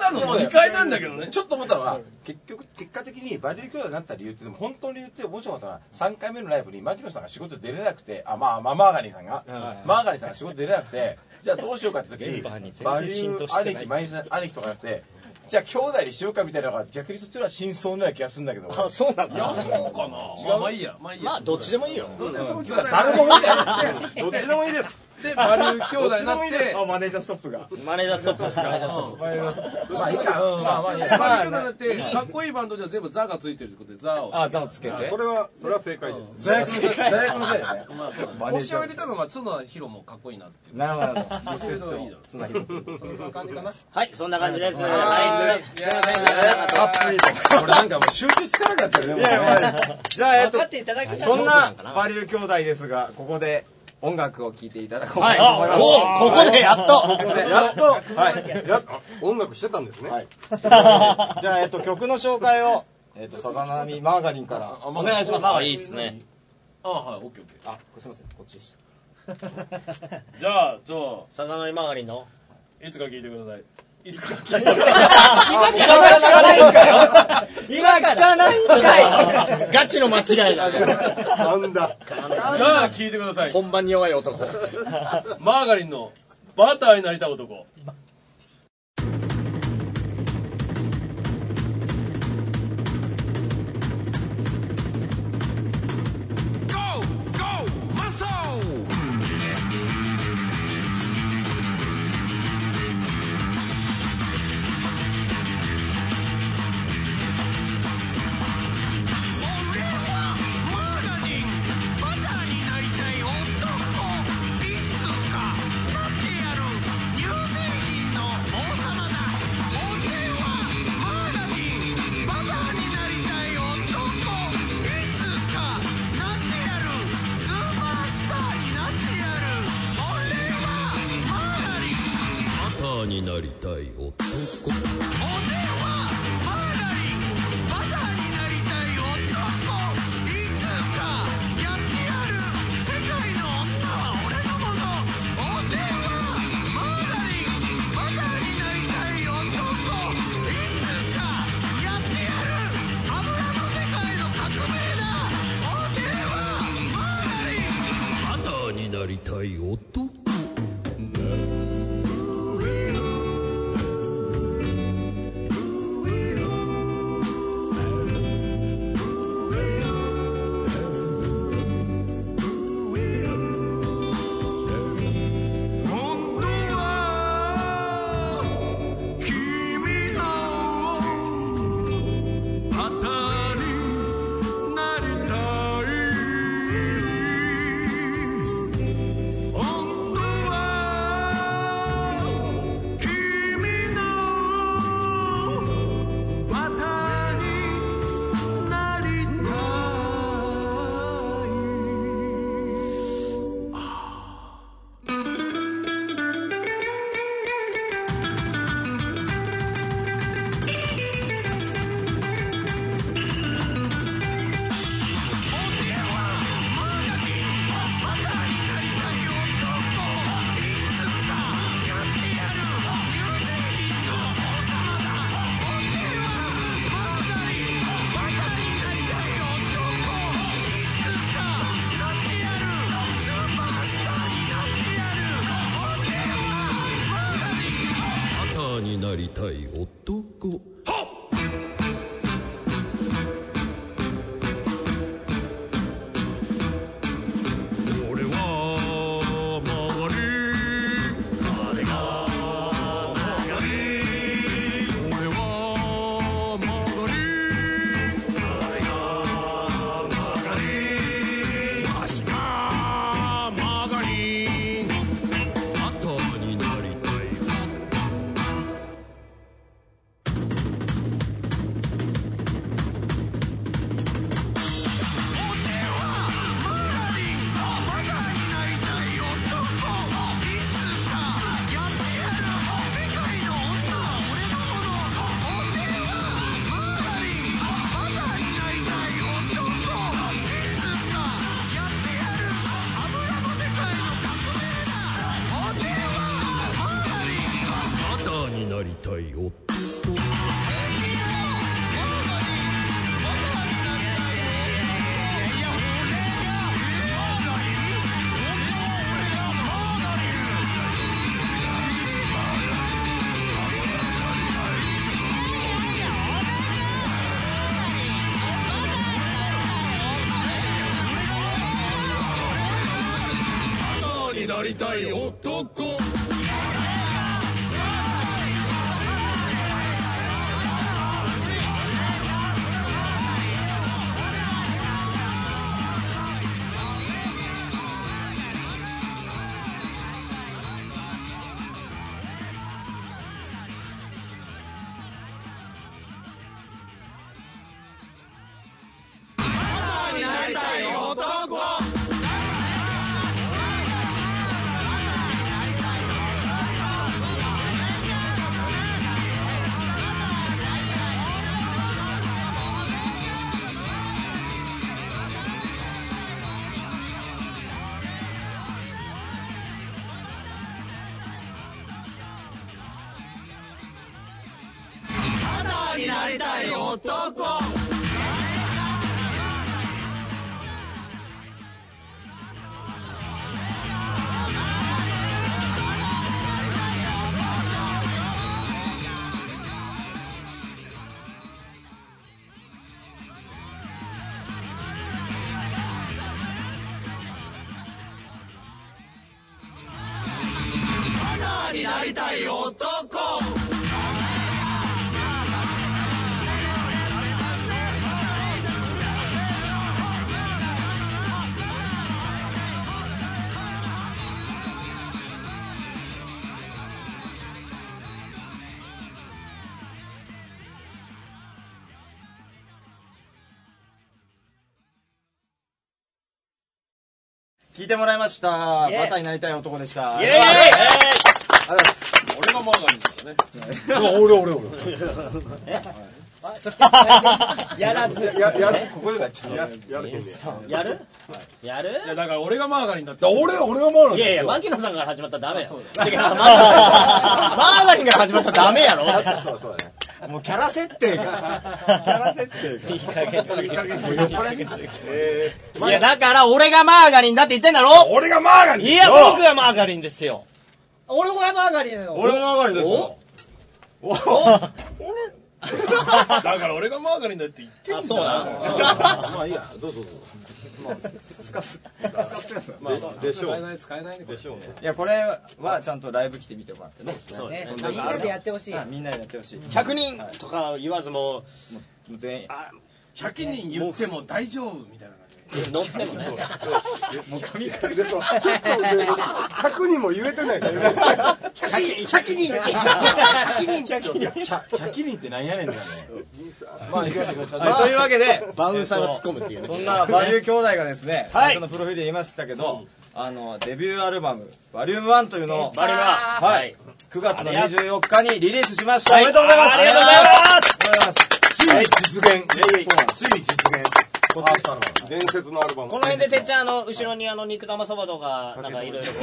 [SPEAKER 6] だの飲み会なんだけどね
[SPEAKER 7] ちょっと思ったのは、結局、結果的にバリュー兄弟になった理由って、でも本当の理由って面白かったのは、3回目のライブに牧野さんが仕事出れなくて、あ、まあ、まあ、マーガリンさんが、マーガリンさんが仕事出れなくて、じゃあどうしようかって時
[SPEAKER 4] メ
[SPEAKER 7] に、
[SPEAKER 4] ンバーに全然
[SPEAKER 7] バリ
[SPEAKER 4] 浸
[SPEAKER 7] ュ
[SPEAKER 4] 透
[SPEAKER 7] ー
[SPEAKER 4] してない
[SPEAKER 7] 兄貴、マイ兄貴とかなくて、じゃあ兄弟にしようかみたいなのが、逆にそっちの方が真相のような気がするんだけど、
[SPEAKER 3] あ、そうなん
[SPEAKER 6] いやそう
[SPEAKER 3] だ。
[SPEAKER 6] かなまあまあいいやまあいいや、
[SPEAKER 3] まあ、どっちでもいいよ。
[SPEAKER 6] それでその兄弟
[SPEAKER 7] 誰も見てない。
[SPEAKER 2] どっちでもいいです。
[SPEAKER 6] でバリュー兄弟になって
[SPEAKER 2] あ、マネージャーストップが。
[SPEAKER 3] マネージャーストップ。
[SPEAKER 2] マネージャーストップ。
[SPEAKER 7] まあいいか、うん、まあまあいい
[SPEAKER 6] で
[SPEAKER 7] や。
[SPEAKER 6] バリュー兄弟になってかっこいいバンドじゃ全部ザがついてるってことでザを
[SPEAKER 2] あ、ザをつけて
[SPEAKER 1] そ。れは、それは正解です。
[SPEAKER 7] 罪悪のせい罪悪のせいだね。
[SPEAKER 6] まあそうだね星を入れたのが角田博もかっこいいなっていう
[SPEAKER 2] なるほどなるほど。
[SPEAKER 6] そういう のがいいだろ
[SPEAKER 2] つなぎ ます
[SPEAKER 6] そんな感じかな
[SPEAKER 3] はい、そんな感じです。はい、すいません。すいません。長かった
[SPEAKER 2] たっぷりと。
[SPEAKER 7] 俺なんかもう集中つかなかったよね、もう
[SPEAKER 2] いや
[SPEAKER 7] ね。
[SPEAKER 2] いやじゃ あ、えっと
[SPEAKER 5] 分か、っていただけた
[SPEAKER 2] そんなバリュー兄弟ですが、ここで音楽を聴いていただこう
[SPEAKER 3] はい
[SPEAKER 2] かと思います。
[SPEAKER 3] おここでやっと
[SPEAKER 2] ここでやっと、はい。
[SPEAKER 1] や音楽してたんですね。
[SPEAKER 2] じゃあ、えっと、曲の紹介を、えっと、さざなみマーガリンからお願いします。
[SPEAKER 4] まあいいっすね。
[SPEAKER 6] ああはいオッケーオッケ
[SPEAKER 2] あ、すいません、こっちでした。
[SPEAKER 6] ーじゃあじゃあ
[SPEAKER 3] さざなりマーガリンの。
[SPEAKER 6] いつか聞いてくださいいつか聞いてください
[SPEAKER 2] 今聞かないんかい
[SPEAKER 3] ガチの間違いだ。
[SPEAKER 1] なんだ。
[SPEAKER 6] じゃあ聞いてください
[SPEAKER 3] 本番に弱い男。
[SPEAKER 6] マーガリンのバターになりたい男
[SPEAKER 8] バターになりたい男いつかなってやる有名人の王様だ俺はマーガリンバターになりたい男いつかなってやるスーパースターになってやる俺はマーガリンバターになりたい男いつかなってやるスーパースターになってやる体男パターになりたい男俺は曲がりあれが曲がり俺は曲がりあれが曲がりわしが曲がりパターになりたいバターになりたい夫バターになりたい男
[SPEAKER 2] 聞いてもらいました。バターになりたい男でした。
[SPEAKER 3] イエーイ
[SPEAKER 2] ありがとうございます。
[SPEAKER 6] 俺がマーガリンですね。
[SPEAKER 5] あそれやらず。
[SPEAKER 1] や、やる、
[SPEAKER 2] ここでなっちゃう。
[SPEAKER 1] や、やるけどね。
[SPEAKER 3] やるやる
[SPEAKER 6] いや、だから俺がマーガリンだって。
[SPEAKER 7] 俺俺はマーガ
[SPEAKER 3] い
[SPEAKER 7] リ
[SPEAKER 3] や
[SPEAKER 7] ン
[SPEAKER 3] い
[SPEAKER 7] で
[SPEAKER 3] や、
[SPEAKER 7] すよ
[SPEAKER 3] 牧野さんから始まったらダメよ。だけどマーガリンマーガリンから始まったらダメやろ
[SPEAKER 7] あそうそうそうだね
[SPEAKER 2] もうキャラ設定が。キャラ設定が。
[SPEAKER 4] いい加減すぎる。
[SPEAKER 3] いや、だから俺がマーガリンだって言ってんだろ
[SPEAKER 7] 俺がマーガリン
[SPEAKER 4] いや、僕がマーガリンですよ。
[SPEAKER 5] 俺もマーガリンよ。
[SPEAKER 2] 俺も上がりですよ。
[SPEAKER 6] だから俺がマーガリンだって言ってんだな。
[SPEAKER 7] まあいいや、どうぞどうぞ。まあ、でし
[SPEAKER 1] 使
[SPEAKER 7] ょ
[SPEAKER 1] え
[SPEAKER 7] う。
[SPEAKER 1] ない使えないね
[SPEAKER 7] でしょうね。
[SPEAKER 2] いや、これはちゃんとライブ来てみてもらってね。
[SPEAKER 4] そう
[SPEAKER 5] ね
[SPEAKER 4] ね。
[SPEAKER 5] みんなでやってほしい。
[SPEAKER 2] あみんなにやってほしい。
[SPEAKER 3] 100人とか言わずも
[SPEAKER 2] もう全員。
[SPEAKER 6] 100人言っても大丈夫みたいな感じ。
[SPEAKER 3] う、乗ってもね。
[SPEAKER 2] もう神々。
[SPEAKER 1] でもちょっとで100人も言えてないからね
[SPEAKER 7] 100人ってなんやねんだよね。まあ、行きましょう。
[SPEAKER 2] はい、というわけで、
[SPEAKER 3] バウンサーが突っ込むっていうね。
[SPEAKER 2] そんなバリュー兄弟がですね、
[SPEAKER 3] は
[SPEAKER 2] 最
[SPEAKER 3] い
[SPEAKER 2] 初のプロフィールで言いましたけど、あの、デビューアルバム、バリューム1というのを、
[SPEAKER 3] バリューは。
[SPEAKER 2] はい、9月の24日にリリースしました。おめでとうございます
[SPEAKER 4] ありがとうございます
[SPEAKER 2] おめでとうございます。
[SPEAKER 1] 伝説のアルバム
[SPEAKER 3] この辺でてっちゃん、あの、後ろにあの、肉玉そばとか、なんかいろいろこ う。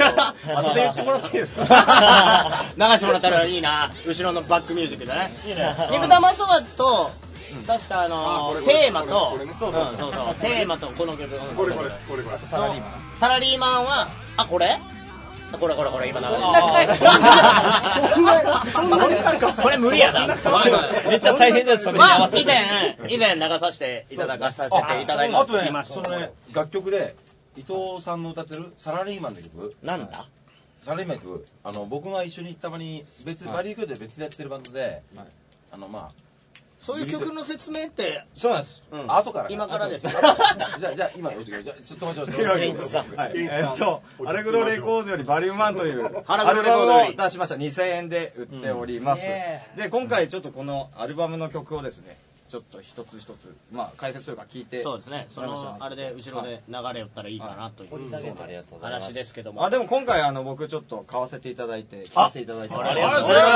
[SPEAKER 2] 後で言ってもらっていいですか
[SPEAKER 3] 流してもらったらいいな。後ろのバックミュージックだね。肉玉そばと、確かあの、テーマと、
[SPEAKER 1] これね
[SPEAKER 3] そうそうそう、テーマとこの曲。
[SPEAKER 1] これこれこれこれ
[SPEAKER 3] サラリーマンは、あ、これこれこれこれ、今流れてる。 これ無理やな。
[SPEAKER 4] めっちゃ大変だよ、それに合
[SPEAKER 3] ま
[SPEAKER 4] わ
[SPEAKER 3] あ、
[SPEAKER 4] せ
[SPEAKER 3] 以
[SPEAKER 4] て。
[SPEAKER 3] 前、以前流させていただかさせていただい
[SPEAKER 7] あと
[SPEAKER 3] て
[SPEAKER 7] ね
[SPEAKER 3] ま、した
[SPEAKER 7] そ。のね、楽曲で、伊藤さんの歌ってるサラリーマンの曲、
[SPEAKER 4] なんだ
[SPEAKER 7] サラリーマンの曲、あの、僕が一緒にたまに別、バリュー教で別でやってるバンドで、あの、ま
[SPEAKER 3] そういう曲の説明って、
[SPEAKER 2] そうなんです。
[SPEAKER 3] うん
[SPEAKER 7] あ、後からね。
[SPEAKER 3] 今からです
[SPEAKER 7] 後からじゃあ、じゃあ、今言うときじゃあ、ちょっと待って待って
[SPEAKER 4] 現実さん。
[SPEAKER 2] はい、えーっと、アルグロレコードよりバリューマンというア
[SPEAKER 3] 腹黒
[SPEAKER 2] ル
[SPEAKER 3] レコ
[SPEAKER 2] バ
[SPEAKER 3] ー
[SPEAKER 2] ム
[SPEAKER 3] ドよ
[SPEAKER 2] を
[SPEAKER 3] り
[SPEAKER 2] 出しました。2000円で売っております。
[SPEAKER 5] うんね
[SPEAKER 2] で、今回ちょっとこのアルバムの曲をですね、ちょっと一つ一つ、まあ解説というか聞いて、
[SPEAKER 3] そうですね、その、あれで後ろで流れ寄ったらいいかなという
[SPEAKER 4] ありがとうございます。
[SPEAKER 3] 話ですけども。
[SPEAKER 2] あ、でも今回あの僕ちょっと買わせていただいて、聞かせていただいて。
[SPEAKER 4] ありがとうご
[SPEAKER 6] ざい
[SPEAKER 4] ま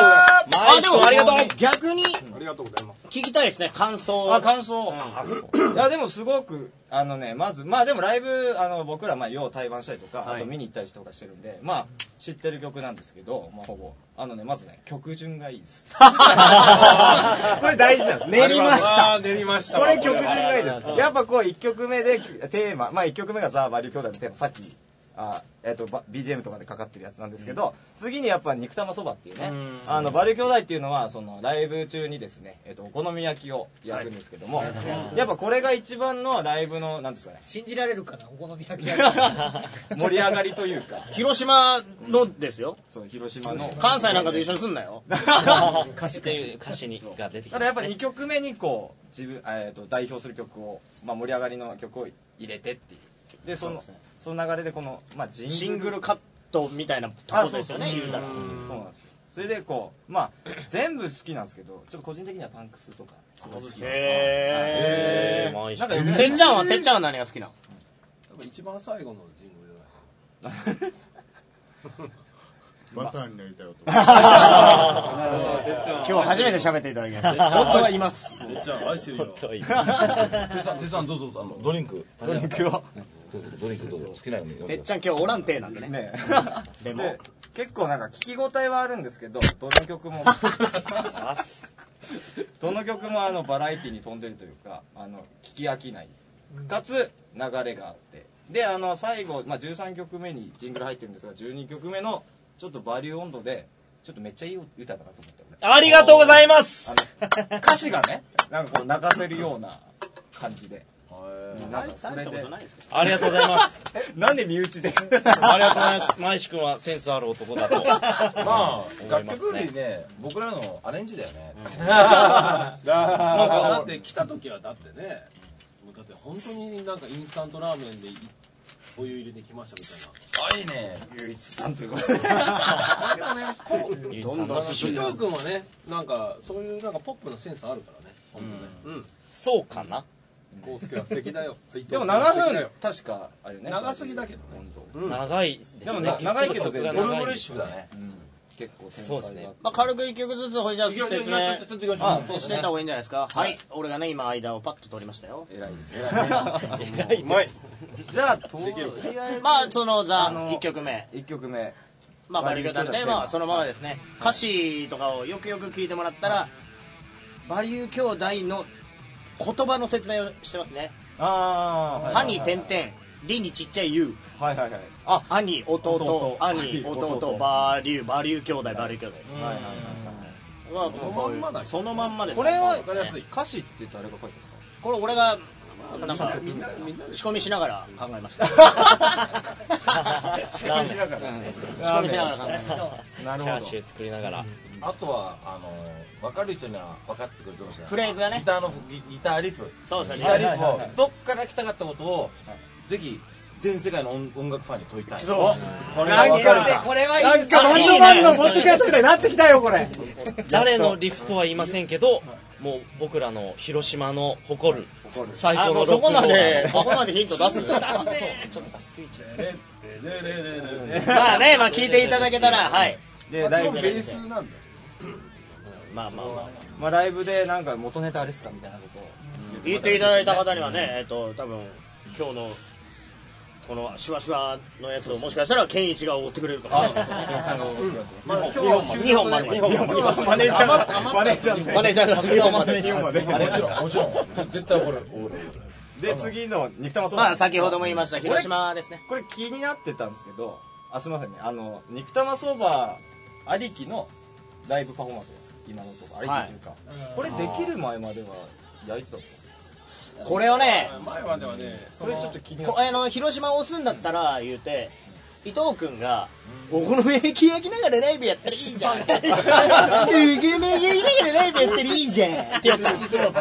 [SPEAKER 4] す
[SPEAKER 3] あ、でも、
[SPEAKER 4] ありがとう
[SPEAKER 3] 逆に、
[SPEAKER 1] ありがとうございます
[SPEAKER 3] 聞きたいですね、感想。
[SPEAKER 2] あ、感想。いや、でもすごく、あのね、まず、まあでもライブ、あの、僕ら、まあ、よう対バンしたりとか、あと見に行ったりとかしてるんで、まあ、知ってる曲なんですけど、まあ、ほぼ。あのね、まずね、曲順がいい です。これ大事なんです。
[SPEAKER 3] 練りました。
[SPEAKER 6] あー、練りました
[SPEAKER 2] こ
[SPEAKER 6] わ。
[SPEAKER 2] れ曲順がいいです。やっぱこう、1曲目でテーマ、まあ1曲目がザ・バリュー兄弟のテーマ、さっき、あえっとば BGM とかでかかってるやつなんですけど、次にやっぱ肉玉そばっていうね、あのバリュー兄弟っていうのはそのライブ中にですね、えっとお好み焼きを焼くんですけども、やっぱこれが一番のライブのなんですかね
[SPEAKER 5] 信じられるかな、お好み焼き屋。
[SPEAKER 2] 盛り上がりというか
[SPEAKER 3] 広島のですよ。
[SPEAKER 2] その広島の
[SPEAKER 3] 関西なんかと一緒にすんなよ。
[SPEAKER 4] 歌詞っていう歌詞にが出てき
[SPEAKER 2] た
[SPEAKER 4] ま
[SPEAKER 2] だやっ
[SPEAKER 4] す
[SPEAKER 2] ぱ
[SPEAKER 4] ね
[SPEAKER 2] 2曲目にこう自分、えー、と代表する曲を、まあ、盛り上がりの曲を入れてっていうでその
[SPEAKER 3] そうです
[SPEAKER 2] そ
[SPEAKER 3] ね
[SPEAKER 2] の流れでこの、まあ、ジングル
[SPEAKER 3] シングルカットみたいなと
[SPEAKER 2] あ
[SPEAKER 3] こですよね、
[SPEAKER 2] そう
[SPEAKER 3] 言
[SPEAKER 2] そうう
[SPEAKER 3] た
[SPEAKER 2] そう
[SPEAKER 3] ら。
[SPEAKER 2] そうなんですよそれでこうまあ全部好きなんですけどちょっと個人的にはパンクスとかすごい好き
[SPEAKER 3] へ
[SPEAKER 4] まあいい
[SPEAKER 2] なんか
[SPEAKER 4] っすね
[SPEAKER 3] ー。てっちゃんは、てっちゃんは何が好きなの
[SPEAKER 1] 多分一番最後のジングルじゃない
[SPEAKER 9] バターになりたい男。
[SPEAKER 3] 今日初めて喋っていただきました。 本当はいます。
[SPEAKER 6] めっちゃ愛してるよ。
[SPEAKER 4] という
[SPEAKER 7] 手さん、手さん、どうぞ、あの、ドリンク。ドリンクを。どうぞドリンクどうぞ、好きなように飲ん
[SPEAKER 3] てっ
[SPEAKER 7] でくだ
[SPEAKER 3] ちゃん今日おらんてーなんでね。
[SPEAKER 2] ね
[SPEAKER 3] でも
[SPEAKER 2] で結構なんか聞き応えはあるんですけどどの曲もどの曲もあのバラエティに富んでるというかあの聞き飽きないかつ流れがあってであの最後、まあ、13曲目にジングル入ってるんですが12曲目のちょっとバリュー温度でちょっとめっちゃいい歌だなと思って
[SPEAKER 4] ありがとうございます
[SPEAKER 2] あの歌詞がねなんかこう泣かせるような感じでなんかそれで
[SPEAKER 3] いですけ
[SPEAKER 4] ありがとうございます
[SPEAKER 2] なんで身内で
[SPEAKER 4] ありがとうございますマイシ君はセンスある男だと
[SPEAKER 7] さいまあ、
[SPEAKER 4] 思い
[SPEAKER 7] 楽
[SPEAKER 4] ますね
[SPEAKER 7] 曲よりね、僕らのアレンジだよね。
[SPEAKER 6] なんかだって来た時はだってねだって本当になんかインスタントラーメンでいお湯入れてきましたみたい
[SPEAKER 7] あ、いいね。
[SPEAKER 2] 唯一さんという こ
[SPEAKER 4] どんどん
[SPEAKER 6] な伊藤君はねなんかそういうなんかポップなセンスあるからね本当ね
[SPEAKER 4] そうかな
[SPEAKER 1] コウスケは素敵だよ
[SPEAKER 2] でも7分確かあれね
[SPEAKER 6] 長すぎだけどね
[SPEAKER 4] 長い
[SPEAKER 2] でもな長いけど全然
[SPEAKER 7] ボル
[SPEAKER 4] 長
[SPEAKER 7] ム
[SPEAKER 4] い
[SPEAKER 7] レッ
[SPEAKER 4] です
[SPEAKER 7] シュだね。
[SPEAKER 2] 結構
[SPEAKER 4] そうですね
[SPEAKER 3] まあ、軽く一曲ずつ、ほいじゃあ説明
[SPEAKER 7] ちょっと行きましょう。
[SPEAKER 3] してた方がいいんじゃないですか。はい。俺がね、今間をパッと取りましたよ。
[SPEAKER 2] 偉いです
[SPEAKER 4] 長いです
[SPEAKER 2] じゃあとりあえず
[SPEAKER 3] まあ、その、ザ
[SPEAKER 2] あ、の
[SPEAKER 3] 1曲目。
[SPEAKER 2] 1曲目
[SPEAKER 3] まあ、バリューダル
[SPEAKER 2] バリ
[SPEAKER 3] で、
[SPEAKER 2] ューダル
[SPEAKER 3] まあ、そのままですね。歌詞とかをよくよく聞いてもらったら、バリュー兄弟の言葉の説明をしてますね
[SPEAKER 2] あー
[SPEAKER 3] 歯に点々りにちっちゃい U
[SPEAKER 2] はいはいはい
[SPEAKER 3] あ兄弟
[SPEAKER 2] 弟
[SPEAKER 3] 兄
[SPEAKER 2] 兄
[SPEAKER 3] 弟
[SPEAKER 2] 弟
[SPEAKER 3] バリューバリュー兄弟バリュー兄弟
[SPEAKER 2] はいはいはいはい
[SPEAKER 3] はもうこういうそのまんまです
[SPEAKER 2] これは
[SPEAKER 3] わかりやすい
[SPEAKER 2] 歌詞って誰が書いて
[SPEAKER 3] これ俺がなんか仕込みしながら考えました 仕
[SPEAKER 2] るんですかだから
[SPEAKER 3] 込みしながら考えました
[SPEAKER 2] なる
[SPEAKER 4] チャー
[SPEAKER 2] ほ
[SPEAKER 4] シュー作りながら
[SPEAKER 7] あとはあの分かる人には分かってくれてほしいな
[SPEAKER 3] フレーズがね
[SPEAKER 7] ギターのギギターリフ
[SPEAKER 3] そうです
[SPEAKER 7] ギ
[SPEAKER 3] ね
[SPEAKER 7] ターリ
[SPEAKER 2] はい
[SPEAKER 7] フ
[SPEAKER 2] はい
[SPEAKER 7] を
[SPEAKER 2] はい
[SPEAKER 7] どっから来たかったことをぜひ全世界の音音楽ファンに問いたい
[SPEAKER 3] そう
[SPEAKER 7] これが分かるか
[SPEAKER 5] これはい
[SPEAKER 2] どないんかバンドマンのポッドキャストみたいになってきたよこれ
[SPEAKER 4] 誰のリフトは言いませんけどもう僕らの広島の誇る最
[SPEAKER 3] あ
[SPEAKER 4] 高
[SPEAKER 3] も
[SPEAKER 4] の
[SPEAKER 3] う
[SPEAKER 4] ロ
[SPEAKER 3] そ
[SPEAKER 4] ック
[SPEAKER 3] こ
[SPEAKER 4] ンロ
[SPEAKER 3] ま
[SPEAKER 4] ー
[SPEAKER 3] で
[SPEAKER 4] ル
[SPEAKER 3] そこまでヒント出す
[SPEAKER 6] ねねねねね
[SPEAKER 3] まあねまあ聞いていただけたらはい
[SPEAKER 2] でライブで、
[SPEAKER 1] なんだ
[SPEAKER 3] まあまあまあ
[SPEAKER 2] まあ、ライブでなんか元ネタあれっすかみたいなことを
[SPEAKER 3] 言っていただいた方にはねえっと多分今日のこのシュワシュワのやつをもしかしたらケンイチがおごってくれるかもしれない
[SPEAKER 1] まあ今日
[SPEAKER 3] 2本まで
[SPEAKER 2] マネージャーのマネージャーの
[SPEAKER 3] マネージャーが2本まで
[SPEAKER 2] 日本まで
[SPEAKER 7] もちろんもちろん絶対怒る
[SPEAKER 2] で次の肉玉相談
[SPEAKER 3] まあ先ほども言いました広島ですね
[SPEAKER 2] これ気になってたんですけどあすみませんねあの肉玉そばありきのライブパフォーマンス今のところありきというか、これできる前までは焼いてたんですか
[SPEAKER 3] これをね
[SPEAKER 6] 前まではね
[SPEAKER 2] それちょっと気になっ
[SPEAKER 3] こあの広島を押すんだったら言うて伊藤君がお好み焼き焼きながらライブやったらいい じゃん。お好み焼き焼きながらライブやったらいいじゃん。ってやつなんですよ。でも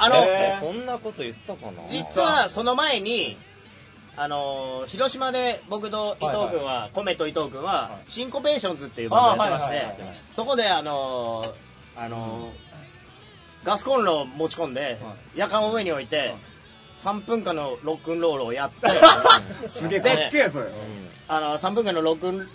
[SPEAKER 3] あの、
[SPEAKER 4] えそんなこと言ったかな
[SPEAKER 3] 実はその前に、あのー広島で僕と伊藤君は、米と伊藤君は、シンコペーションズっていうバンドやってまして、
[SPEAKER 2] あはいはいはい
[SPEAKER 3] そこであのーあのーガスコンロを持ち込んで、夜間を上に置いて、3分間のロックンロールをやって、
[SPEAKER 2] すげえ
[SPEAKER 3] で
[SPEAKER 2] えそれ
[SPEAKER 3] あの3分間のロックン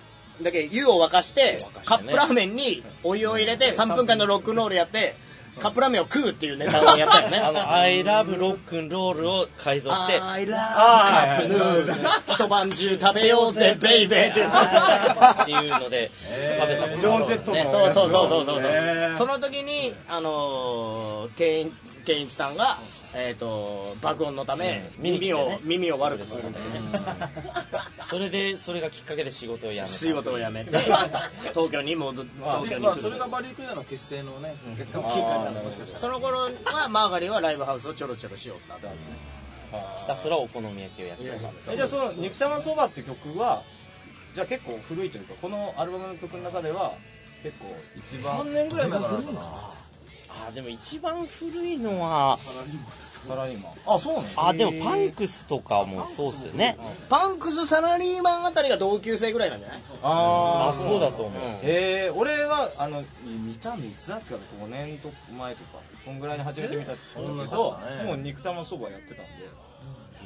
[SPEAKER 3] だけ湯を沸かしてカップラーメンにお湯を入れて3分間のロックンロールやってカップラーメンを食うっていうネタをやったよね
[SPEAKER 4] あの「I love ロックンロール」を改造して
[SPEAKER 3] アイラブカップヌードル一晩中食べようぜベイベーって
[SPEAKER 4] っていうので食べたこと
[SPEAKER 2] ジョーン・ジェットの
[SPEAKER 3] ねそうそうそうそうそう、
[SPEAKER 2] ね
[SPEAKER 3] その時にあのー、ケンケンイチさんがえっ、と爆音のため耳を、耳を悪くするんだよね
[SPEAKER 4] それでそれがきっかけで仕事を辞めた
[SPEAKER 3] 仕事を辞め て東京に戻って東京
[SPEAKER 7] で
[SPEAKER 3] に
[SPEAKER 7] まあ
[SPEAKER 3] 来
[SPEAKER 7] そ
[SPEAKER 3] る
[SPEAKER 7] れがバリュークイーンの結成のね結果も
[SPEAKER 3] その頃はマーガリンはライブハウスをちょろちょろしようった
[SPEAKER 4] ひたすらお好み焼きをやってた
[SPEAKER 2] えじゃあその「肉玉そば」って曲はじゃあ結構古いというかこのアルバムの曲の中では結構一番
[SPEAKER 7] 3年ぐらい前からかな
[SPEAKER 4] あーでも一番古いのは
[SPEAKER 2] サラリーマンあそうなの
[SPEAKER 4] あーでもパンクスとかもそうっすよね
[SPEAKER 3] パンクスサラリーマンあたりが同級生ぐらいなんじゃない
[SPEAKER 2] あ
[SPEAKER 4] あそうだと思う
[SPEAKER 2] えー、俺はあの見たのいつだっけか5年と前とかそんぐらいに初めて見たしそうだけど、もう肉玉そばやってたんで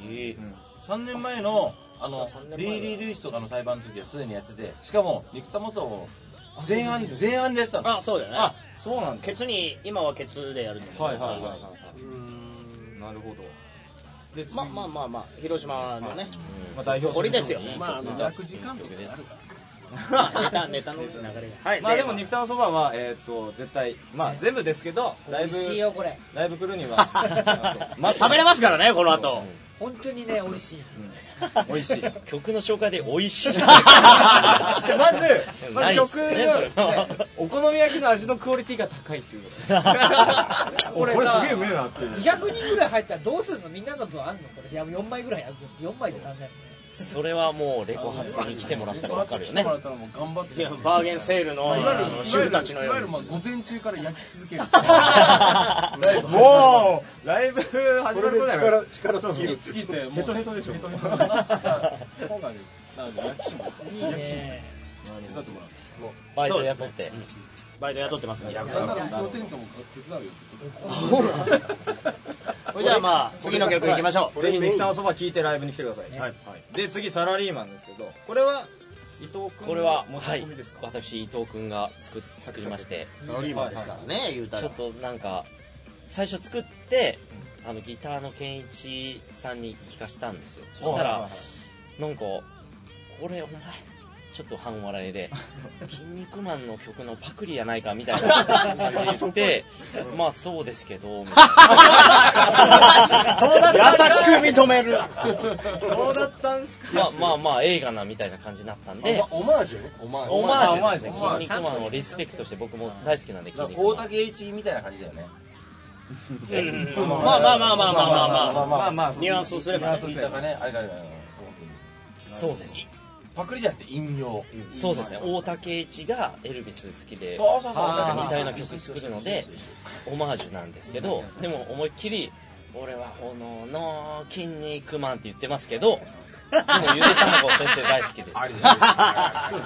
[SPEAKER 7] 3年前のあのリーリー・ルイスとかの対バンの時はすでにやっててしかも肉玉とを前半前半でやってたの
[SPEAKER 3] あそうだよね
[SPEAKER 2] あそうなんだ
[SPEAKER 3] ケツに今はケツでやるんだけど
[SPEAKER 2] はいはいはいはいはいなるほどで次
[SPEAKER 3] まあまあまあまあ広島のね
[SPEAKER 2] まあ代表
[SPEAKER 3] 誇りですよ
[SPEAKER 5] まああの楽時間
[SPEAKER 3] ま あネタネタの流れがはい
[SPEAKER 2] まあでも肉玉そばはえっ、と絶対まあ全部ですけどライブ
[SPEAKER 5] 美味しいよこれ
[SPEAKER 2] ライブ来るにはあの
[SPEAKER 3] まあ食べれますからねこの後
[SPEAKER 5] 本当にね美味しい
[SPEAKER 2] 美味しいじゃ
[SPEAKER 4] 曲の紹介で「美味しい」
[SPEAKER 2] あまずま
[SPEAKER 4] な
[SPEAKER 2] ず
[SPEAKER 4] いっ
[SPEAKER 2] 曲
[SPEAKER 4] す
[SPEAKER 2] の、
[SPEAKER 4] ね
[SPEAKER 2] ねお好み焼きの味のクオリティが高いっていうこれこれすげえうめえなっていう
[SPEAKER 5] 200人ぐらい入ったらどうするのみんなの分あんのこれいや4枚ぐらいある4枚じゃ足んない
[SPEAKER 4] それはもうレコ発に来てもらったら分かるよ
[SPEAKER 1] 来て
[SPEAKER 4] ね
[SPEAKER 1] もらったらもう頑張って
[SPEAKER 3] いやバーゲンセールのあの主婦たちの
[SPEAKER 1] い
[SPEAKER 3] よ
[SPEAKER 1] わゆ
[SPEAKER 3] う
[SPEAKER 1] るま
[SPEAKER 3] に
[SPEAKER 1] あ午前中から焼き続ける
[SPEAKER 2] もうライブ始まる頃だよ
[SPEAKER 1] 力尽きる尽きてもうヘトヘトでしょヘトヘト今回なんか焼きしもいい焼きしも手伝ってもらう
[SPEAKER 4] バイト雇って
[SPEAKER 3] バイト雇ってますね
[SPEAKER 1] なんならうちの店長も手伝うよ
[SPEAKER 3] それじゃあまあ次の曲いきましょう
[SPEAKER 2] ぜひ肉玉そば聞いてライブに来てください、はいで次サラリーマンですけどこれは伊藤君
[SPEAKER 4] これは
[SPEAKER 2] 持ち
[SPEAKER 4] はい
[SPEAKER 2] 込みですか、
[SPEAKER 4] 私伊藤君が作っ作りまして
[SPEAKER 3] サラリーマンですからね言うた
[SPEAKER 4] ちょ
[SPEAKER 3] ら
[SPEAKER 4] っとなんか最初作ってあのギターの健一さんに聞かしたんですよそした
[SPEAKER 2] はい
[SPEAKER 4] ら
[SPEAKER 2] はい
[SPEAKER 4] なんか「これお前ちょっと半笑いで 「筋肉マン」の曲のパクリやないかみたいな感じで言って「 まあ そうですけど」みたいな
[SPEAKER 3] 優しく認める
[SPEAKER 2] そうだったんすか
[SPEAKER 4] まあまあまあ映画なみたいな感じになったんで
[SPEAKER 6] あオマージュ
[SPEAKER 4] オマージュですね「筋肉マン」をリスペクトして僕も大好きなんで「筋
[SPEAKER 7] だか
[SPEAKER 4] 肉
[SPEAKER 7] ら
[SPEAKER 4] マ
[SPEAKER 7] 大
[SPEAKER 4] ン」
[SPEAKER 7] 竹栄一みたいな感じだよね
[SPEAKER 4] まあまあまあまあまあまあまあ
[SPEAKER 2] まあまあまあ
[SPEAKER 3] ニュアンスをすれば
[SPEAKER 2] ニュアンスを
[SPEAKER 7] 聞い
[SPEAKER 2] す
[SPEAKER 7] た
[SPEAKER 2] れ
[SPEAKER 7] か
[SPEAKER 2] ば
[SPEAKER 7] ねあれがあれが本当に
[SPEAKER 4] そうです
[SPEAKER 7] パクリじゃなくて引用
[SPEAKER 4] そうですね大竹栄一がエルビス好きで
[SPEAKER 7] そうそうそう
[SPEAKER 2] あー
[SPEAKER 4] みたいな曲作るのでオマージュなんですけどでも思いっきり「俺は炎の筋肉マン」って言ってますけどでもゆで卵先生大好きです
[SPEAKER 7] あれじゃな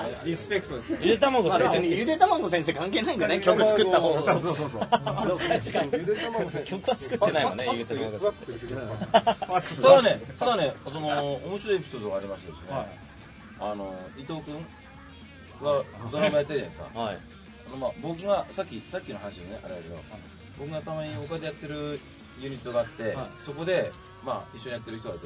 [SPEAKER 7] い
[SPEAKER 2] リスペクトですね
[SPEAKER 4] ゆで卵
[SPEAKER 3] まあ
[SPEAKER 4] 先
[SPEAKER 3] 別
[SPEAKER 4] 生
[SPEAKER 3] にゆで卵先生関係ないんだね曲作った方が
[SPEAKER 9] そうそうそうそう。
[SPEAKER 4] 曲は作ってないもんねゆで卵先
[SPEAKER 7] ただねただねその面白いエピソードがありましてですねあの伊藤君がドラマやってるじゃないですか
[SPEAKER 4] 生はい
[SPEAKER 7] あのまあ僕がさっきさっきの話でねあれだけど僕がたまに他でやってるユニットがあって、そこでまあ一緒にやってる人がいて、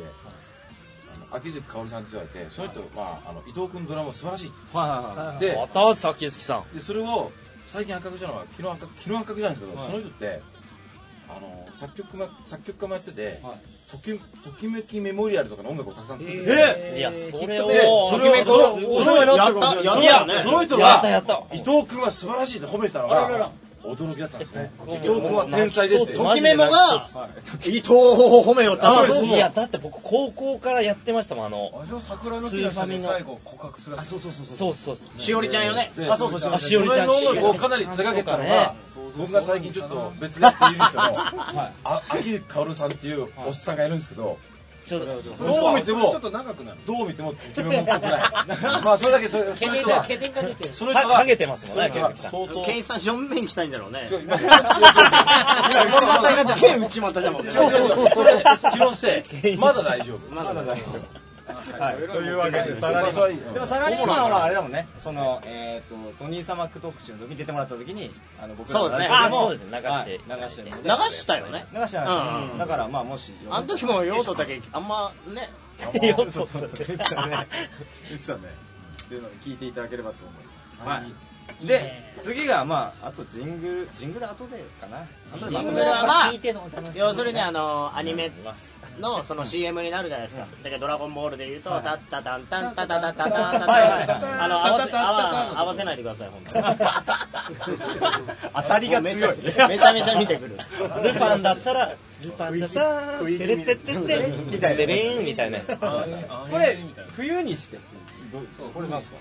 [SPEAKER 7] あの秋月香織さんって人がいてその人、まあ、あの伊藤君のドラマ素晴らしいって
[SPEAKER 2] は
[SPEAKER 7] 言って
[SPEAKER 4] またさっき好きさん
[SPEAKER 7] でそれを最近発覚したのは昨日発覚昨日発覚したんですけど、その人ってあの作曲家作曲家もやってて、
[SPEAKER 2] はい
[SPEAKER 7] ときときめきメモリアルとかの音楽をたくさん作ってて、
[SPEAKER 2] え
[SPEAKER 4] いやそれを
[SPEAKER 7] でそれをそれを
[SPEAKER 2] やった
[SPEAKER 3] や
[SPEAKER 7] そ
[SPEAKER 3] る
[SPEAKER 7] れ
[SPEAKER 3] やん
[SPEAKER 7] は
[SPEAKER 3] ね
[SPEAKER 7] その人
[SPEAKER 4] やったや
[SPEAKER 7] が
[SPEAKER 4] った
[SPEAKER 7] 伊藤君は素晴らしいって褒めてたのが驚きだったんですね伊藤君は天才ですって
[SPEAKER 4] マ
[SPEAKER 3] と
[SPEAKER 4] ジ
[SPEAKER 3] き
[SPEAKER 4] で
[SPEAKER 3] メモが伊藤を褒めよった
[SPEAKER 4] いやだって僕高校からやってましたもんあの
[SPEAKER 6] あじゃあ桜の木の下で最後告白するあそうそうそう
[SPEAKER 4] そうそうそう
[SPEAKER 3] しおりちゃんよね
[SPEAKER 7] であそうそう
[SPEAKER 4] あしおりちゃん
[SPEAKER 7] それの音楽をかなり手掛けたのが僕が最近ちょっと別でやっている人のあ秋月薫さんっていうおっさんがいるんですけど
[SPEAKER 4] ちょっと
[SPEAKER 7] どう見て
[SPEAKER 6] ちょ
[SPEAKER 7] も
[SPEAKER 6] っと長くなる
[SPEAKER 7] どう見てもときめもっぽくないまあそれだけそれその人は
[SPEAKER 5] ケテンが出てる
[SPEAKER 7] その人は
[SPEAKER 4] ハゲてますもん
[SPEAKER 7] その
[SPEAKER 4] ねケ
[SPEAKER 7] 人
[SPEAKER 4] ン
[SPEAKER 7] は
[SPEAKER 4] ズキさん
[SPEAKER 7] 相当
[SPEAKER 3] ケンイチさん正面来たいんだろうね
[SPEAKER 7] 違う今
[SPEAKER 3] 内股がケン内股じゃんもん
[SPEAKER 7] 違う違う違うそれ気のせいまだ大丈夫
[SPEAKER 3] まだだよ
[SPEAKER 2] いというわけでサラリーマンでもサラリーマンはあれだもんね、その、えー、とソニーサマック特集の時に出てもらった時に、あの僕らの
[SPEAKER 3] そうですね
[SPEAKER 2] ラジオ
[SPEAKER 4] あ
[SPEAKER 2] も
[SPEAKER 4] そうですね流
[SPEAKER 2] は
[SPEAKER 4] し
[SPEAKER 2] い
[SPEAKER 4] て
[SPEAKER 2] 流してるので
[SPEAKER 3] 流したよね
[SPEAKER 2] 流してましたね、だからまあもし、
[SPEAKER 3] あの時も用途だけあんまね
[SPEAKER 4] よ
[SPEAKER 2] そ
[SPEAKER 4] そ
[SPEAKER 2] うそうそう、言ってたね、言ってたね、っていうのを聞いていただければと思います。はい、で、次が、まあ、あとジングル、ジングル後でかな、後でま
[SPEAKER 3] ジ
[SPEAKER 2] と
[SPEAKER 3] ン
[SPEAKER 2] め
[SPEAKER 3] グ
[SPEAKER 2] る
[SPEAKER 3] ル
[SPEAKER 2] は
[SPEAKER 3] は
[SPEAKER 2] ま
[SPEAKER 3] ま
[SPEAKER 5] 聞いてのお楽しみ
[SPEAKER 3] 要するにあのアニメのその CM になるじゃないですかだけど「ドラゴンボール」で言うと「タッタタンタンタタタタタタタタ」あの合わせ合わ合わせないでください本
[SPEAKER 2] 当たりが
[SPEAKER 3] 当にめち
[SPEAKER 2] 強
[SPEAKER 3] ゃ
[SPEAKER 2] い。
[SPEAKER 3] めちゃめちゃ見てくる
[SPEAKER 4] ルパンだったら、ルパンってさ、
[SPEAKER 9] 食
[SPEAKER 4] テ
[SPEAKER 9] い気味
[SPEAKER 4] レテテテみたいな、レレーンみたいなやつ。
[SPEAKER 2] これ、冬にして、どうこれなんですか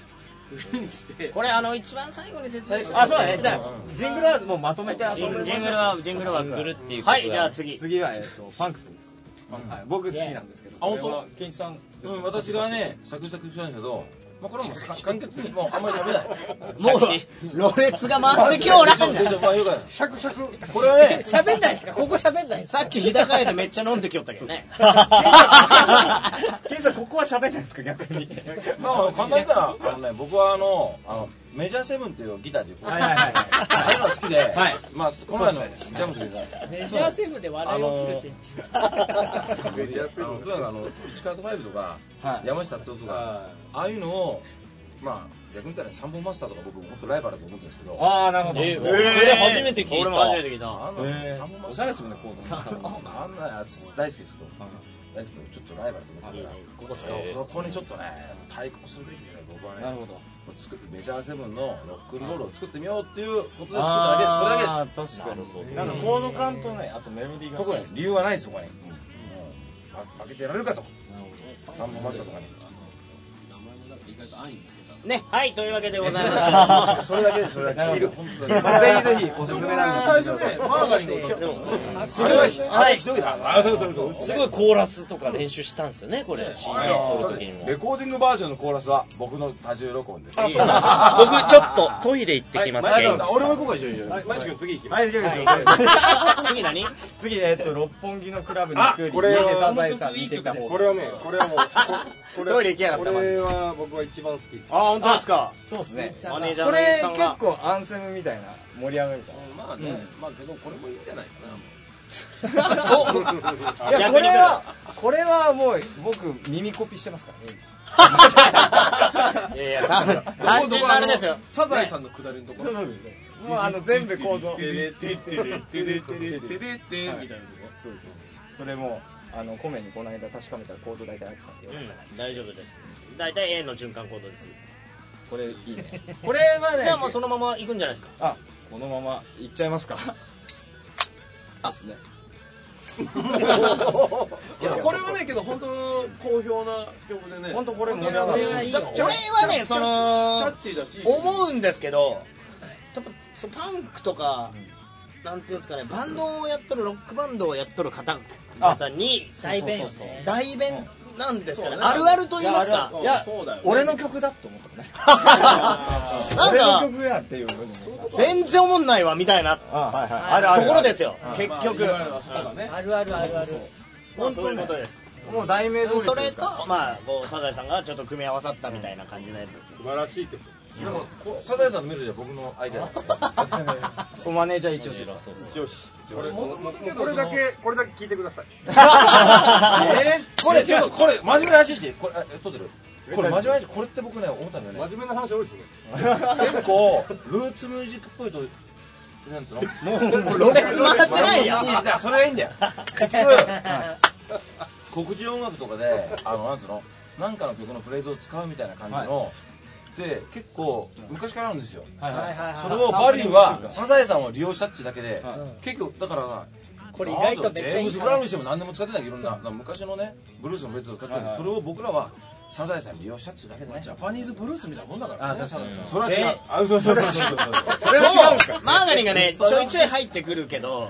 [SPEAKER 3] これあの一番最後に説明し
[SPEAKER 2] あ、そうだね、じゃあ、ジングルはもうまとめて遊
[SPEAKER 3] ジン
[SPEAKER 2] ん
[SPEAKER 3] ジ
[SPEAKER 2] で
[SPEAKER 3] ングルはジングルは
[SPEAKER 4] グルっていうこと
[SPEAKER 3] は
[SPEAKER 4] だ
[SPEAKER 3] いじゃあ次
[SPEAKER 2] 次は、えっと、ファンクスです。はい、僕好きなんですけど。あ、
[SPEAKER 7] 本当
[SPEAKER 2] ケンイチさんですか。
[SPEAKER 7] うん、私がね、作詞作曲したんですけど、まあ、これはもうさ完結もうあんまり食べない。
[SPEAKER 3] もうろれつが回ってきおらん
[SPEAKER 7] 全
[SPEAKER 3] ねん
[SPEAKER 7] 然まあよかったシャクシャク。これはね、
[SPEAKER 5] 喋んないですかここ喋んないです
[SPEAKER 3] さっき日高屋でめっちゃ飲んできよったけどね
[SPEAKER 2] ケンイチさん、ここは喋んないですか、逆に。
[SPEAKER 7] まあ、簡単に言ったら、あのね、僕はあの、あの、メジャーセブンっていうギターで、
[SPEAKER 2] はいはいはいはい。
[SPEAKER 7] あれが好きで、
[SPEAKER 2] はい
[SPEAKER 7] まあ、この前のジャムというか、
[SPEAKER 5] メジャーセブンで笑いを切るって
[SPEAKER 7] メジャーセブンとか、あの、市川ファイブとか、
[SPEAKER 2] はい
[SPEAKER 7] 山下達郎とか、ああいうのを、まあ、逆に言ったら、サンボマスターとか僕、本当ライバルだと思ってるんですけど、
[SPEAKER 2] ああ、なるほど。
[SPEAKER 4] えーそれ初めて聞い
[SPEAKER 3] 俺も初め
[SPEAKER 4] た。
[SPEAKER 3] て聞いた
[SPEAKER 7] あん
[SPEAKER 2] え
[SPEAKER 7] な、
[SPEAKER 2] ー
[SPEAKER 7] サンボマ
[SPEAKER 2] お
[SPEAKER 7] ス
[SPEAKER 2] しゃ
[SPEAKER 7] ター
[SPEAKER 2] れっ
[SPEAKER 7] と
[SPEAKER 2] すもんねコード
[SPEAKER 7] あんなやつ大好きですよ。大好きですちょっとライバルと思ってるから。
[SPEAKER 3] ここ使おう
[SPEAKER 7] そこにちょっとね、対抗するべきだよ、僕はね。
[SPEAKER 2] なるほど。
[SPEAKER 7] 作っメジャーセブンのロックンロールを作ってみようっていうことで作っただけです。そ
[SPEAKER 2] けです。確
[SPEAKER 7] れだ
[SPEAKER 2] かに。
[SPEAKER 4] な
[SPEAKER 2] な
[SPEAKER 4] る
[SPEAKER 2] ん
[SPEAKER 4] ほ
[SPEAKER 2] か
[SPEAKER 4] ど
[SPEAKER 2] コード感とね、あとメロディー
[SPEAKER 7] け
[SPEAKER 2] が。
[SPEAKER 7] です。特に理由はないです、そこに。もうま負けてやられるかと。サンボマスタ ーとかに。
[SPEAKER 3] ねはいというわけでございます
[SPEAKER 7] それだけです、それだけです。本当に
[SPEAKER 2] ぜひぜひおすすめなんですけど。
[SPEAKER 6] ねマーガリンの音
[SPEAKER 7] あれはひあれはひどいな。あ、そうそうそう。
[SPEAKER 4] すごいコーラスとか練習したんですよね、これ。CD 撮る時 にも。
[SPEAKER 7] レコーディングバージョンのコーラスは僕の多重録音です。
[SPEAKER 4] あそうなんです僕、ちょっとトイレ行ってきます、
[SPEAKER 7] はい
[SPEAKER 4] 元気さん
[SPEAKER 7] 俺も行こうか、一緒に一緒に。
[SPEAKER 2] はい、行きましょう
[SPEAKER 3] 次何
[SPEAKER 2] 次、えっと、六本木のクラブに行くより、
[SPEAKER 9] これは
[SPEAKER 2] 家でサザエさん見てきた方が。
[SPEAKER 9] これはね、これはもう、ここれ
[SPEAKER 3] トイレ行きやがった
[SPEAKER 9] これは僕は一番好き。
[SPEAKER 3] あ本当ですか
[SPEAKER 2] そうですね。
[SPEAKER 3] マネージャー
[SPEAKER 2] こ
[SPEAKER 3] の伊
[SPEAKER 2] れ
[SPEAKER 3] 地さん
[SPEAKER 2] 結
[SPEAKER 3] が
[SPEAKER 2] 構アンセムみたいな、盛り上がるか
[SPEAKER 6] まあねまあけどこれもいいんじゃないかな
[SPEAKER 2] ら。いや、これは、これはもう、僕、耳コピしてますからね。
[SPEAKER 3] いやいや、多分単純なあれですよ。
[SPEAKER 6] サザエさんの下りのところ。
[SPEAKER 2] もうあの 全部コード
[SPEAKER 6] てれてってれてれてれてれてみたいなとこ
[SPEAKER 2] そ
[SPEAKER 6] ろ。
[SPEAKER 2] うそうそれもあのコメにこの間確かめたらコード大体あってたんでよ
[SPEAKER 3] うん、大丈夫です。大体 A の循環コードです。
[SPEAKER 2] これいいね これは
[SPEAKER 3] じゃあもう
[SPEAKER 2] ね
[SPEAKER 3] そのまま行くんじゃないですか。
[SPEAKER 2] あこのままいっちゃいますか そうですね
[SPEAKER 6] いやこれはねけど本当好評な曲でね。
[SPEAKER 2] 本当これ盛り上が
[SPEAKER 6] こ
[SPEAKER 2] る
[SPEAKER 6] れはいいよ
[SPEAKER 3] 俺はね、そ
[SPEAKER 6] キャ
[SPEAKER 3] の
[SPEAKER 6] ッ、チーだし。
[SPEAKER 3] 思うんですけど、やっぱそのパンクとか、なんていうんですかね、バンドをやっとる、ロックバンドをやっとる方々に、
[SPEAKER 5] 大便よ
[SPEAKER 2] そうそう
[SPEAKER 5] ね
[SPEAKER 3] 代弁なんですかね。
[SPEAKER 6] そうね
[SPEAKER 3] あるあると
[SPEAKER 2] い
[SPEAKER 3] 言
[SPEAKER 2] や
[SPEAKER 3] いま
[SPEAKER 2] あ
[SPEAKER 3] す
[SPEAKER 2] れは
[SPEAKER 3] か。
[SPEAKER 2] いや
[SPEAKER 6] そうだよね
[SPEAKER 2] 俺の曲だと思ったね
[SPEAKER 3] なん
[SPEAKER 2] 俺の
[SPEAKER 3] か、
[SPEAKER 2] 曲やっていうのに
[SPEAKER 3] 全然思んないわ、みたいなと
[SPEAKER 2] あはいはいあるある
[SPEAKER 3] ころですよ、結
[SPEAKER 6] まあ
[SPEAKER 3] 局。
[SPEAKER 6] 言われればそうだね。
[SPEAKER 5] あるあるあるある
[SPEAKER 3] 本当のことです。
[SPEAKER 2] もう題名通り
[SPEAKER 3] そ
[SPEAKER 2] い
[SPEAKER 3] れ
[SPEAKER 2] う
[SPEAKER 3] と
[SPEAKER 2] か、
[SPEAKER 3] まあ、こう、サザエさんがちょっと組み合わさったみたいな感じのやつです。
[SPEAKER 9] 素晴らしいってこ
[SPEAKER 7] でもこサザエさんのメロディーは僕のアイデアだった
[SPEAKER 2] マネージャー一押しだ
[SPEAKER 9] とよしこれもうこれだけこれだけ聞いてください
[SPEAKER 7] えーこれちょっとこれ真面目な話してこれあ撮ってるこれ真面目な話これって僕ね思ったんだよね
[SPEAKER 9] 真面目な話多いですね
[SPEAKER 7] 結構ルーツミュージックっぽいとなんつうの
[SPEAKER 3] ロケ決ま ってないやん。
[SPEAKER 7] いやそれがいいんだよ結局黒人音楽とかであのなんつうのなんかの曲のフレーズを使うみたいな感じの、で結構昔からあるんですよ
[SPEAKER 2] はいはい
[SPEAKER 7] それをバリューはサザエさんを利用したっていうだけで、
[SPEAKER 2] は
[SPEAKER 7] 結構だから
[SPEAKER 5] これ意外とめっちゃ
[SPEAKER 7] エ
[SPEAKER 5] い
[SPEAKER 7] ブ
[SPEAKER 5] い
[SPEAKER 7] ス・
[SPEAKER 5] か
[SPEAKER 7] ブラウンにしても何でも使ってないいろんななんか昔のねブルースのフレーズを使ってるけどそれを僕らはサザエさんに利用したっていうだけでね
[SPEAKER 6] ジャパニーズブルースみたいなもんだからね。あ確かに。
[SPEAKER 7] それは違うあそうそうそうそう
[SPEAKER 3] それは違うんか。マーガリンがね、ちょいちょい入ってくるけ ど、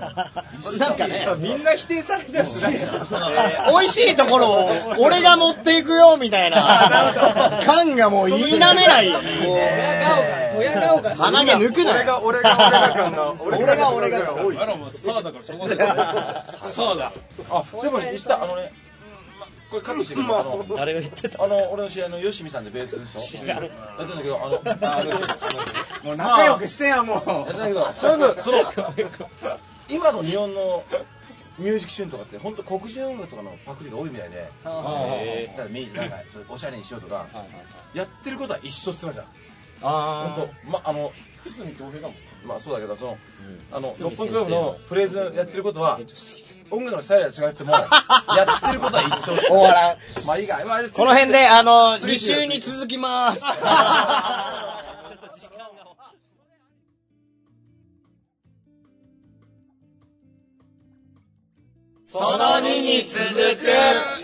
[SPEAKER 3] なんかね、
[SPEAKER 2] みんな否定されたし
[SPEAKER 3] 美味しいところを俺が持っていくよみたいな感がもう言いなめない。も
[SPEAKER 5] ドヤ顔が
[SPEAKER 3] う鼻毛抜くな
[SPEAKER 9] 俺
[SPEAKER 3] よ。
[SPEAKER 9] が俺が俺が感が俺
[SPEAKER 3] 俺が俺が
[SPEAKER 9] が多い
[SPEAKER 6] あらもうサーだからそこで。サーだ。
[SPEAKER 7] あでもねしたあのねまこれカットしてくれるあの
[SPEAKER 4] 誰が言ってた
[SPEAKER 7] あの俺の試合のよしみさんでベースでしょやってんだけどあのあの
[SPEAKER 2] もう仲良くしてやもう
[SPEAKER 7] やってんだけどとにかくその今の日本のミュージックシューンとかって本当黒人音楽とかのパクリが多いみたいでえーただ明治なんかちょっとおしゃれにしようとかやってることは一緒っつってました
[SPEAKER 2] あ
[SPEAKER 7] 本当まあの
[SPEAKER 6] 靴に強兵だもん。
[SPEAKER 7] まあそうだけどその、あの六本木クラブのフレーズやってることは音楽のスタイルは違っ てもやってることは一緒
[SPEAKER 3] 終わらん。
[SPEAKER 7] まあいいかまあ
[SPEAKER 3] この辺で、あの、2週に続きます。その2に続く。